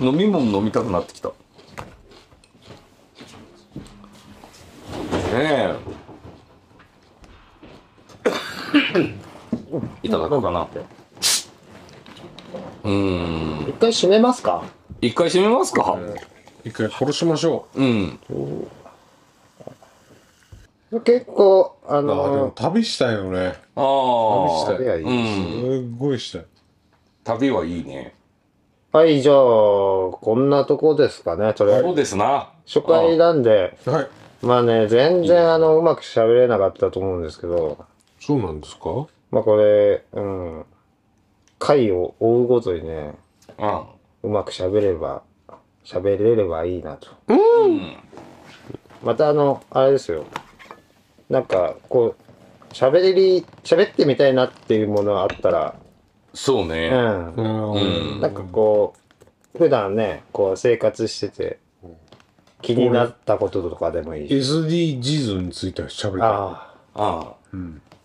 A: 飲み物飲みたくなってきたねえいただくかなうーん
C: 一回閉めますか
A: 一回閉めますか」
B: 一回殺しましょう
A: うん
C: 結構あ
B: あーでも
C: の
B: 旅したいよね
A: ああ
C: 旅はいい
A: う
B: す
A: ん
B: っごいしたい
A: 旅はいいね
C: はいじゃあこんなとこですかねとりあえず
A: そうですな
C: 初回なんで
B: はい
C: まあね全然あのうまく喋れなかったと思うんですけど
B: そうなんですか
C: まあこれうん回を追うごとにね
A: うん
C: うまく喋れば喋れればいいなとまたあのあれですよなんかこう喋り喋ってみたいなっていうものがあったら
A: そう
C: う
A: ね
C: ん
B: うん
C: なんかこう普段ねこう生活してて気になったこととかでもいいし
B: SDGs については喋りた
C: あ
A: ああ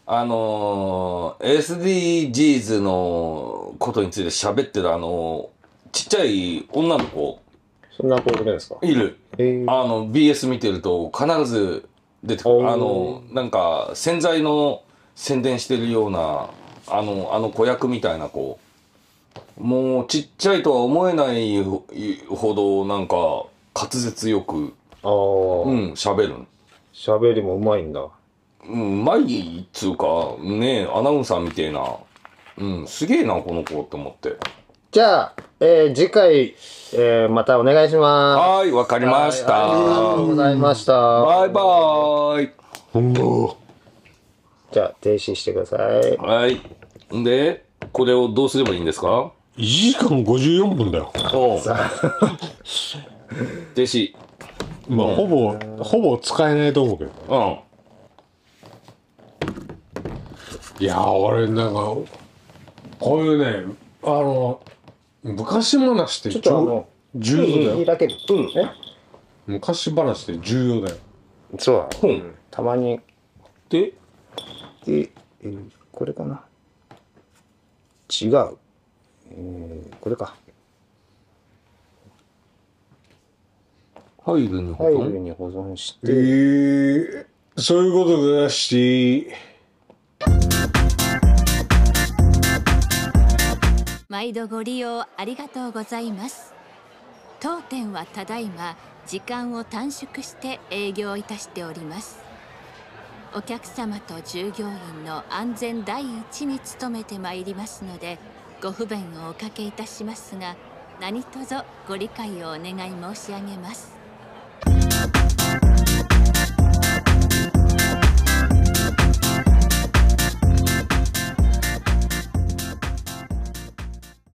A: あのー、SDGs のことについて喋ってるあのーちっちゃい女の子
C: あそんなことですか
A: いる。
C: ええ
A: あの、BS 見てると必ず出てく
C: お
A: る。
C: ー
A: あの、なんか洗剤の宣伝してるような、あの、あの子役みたいな子。もうちっちゃいとは思えないほどなんか滑舌よく、
C: あ
A: う
C: あ
A: ん、喋る。
C: 喋りもうまいんだ
A: うん、うまいっつうか、ねアナウンサーみてえな。うん、すげえな、この子って思って。
C: じゃあ、えー次回、えーまたお願いしま
A: はい、わかり
C: す
A: ました。
C: はいありがとうございました
A: バイバーイ。
C: じゃあ停止してください
A: はい。んで、これをどうすればいいんですか
B: い1時間54分だよ
A: おう。弟子。
B: まあほぼほぼ使えないと思うけど
A: うん。
B: いやー俺なんかこういうねあの昔話って
C: ちょっとあの
B: 重重要だよ
C: 開けるう
B: 昔話って重要だよ
C: んそうだ
A: うん。
C: たまに
A: で、
C: ええーこれかな違う、えーこれか
A: 入る
C: フ
A: に
C: ァイルに保存し
B: え
C: て、
B: ー、そういうことがして
E: 毎度ご利用ありがとうございます当店はただいま時間を短縮して営業いたしておりますお客様と従業員の安全第一に努めてまいりますのでご不便をおかけいたしますが何卒ご理解をお願い申し上げます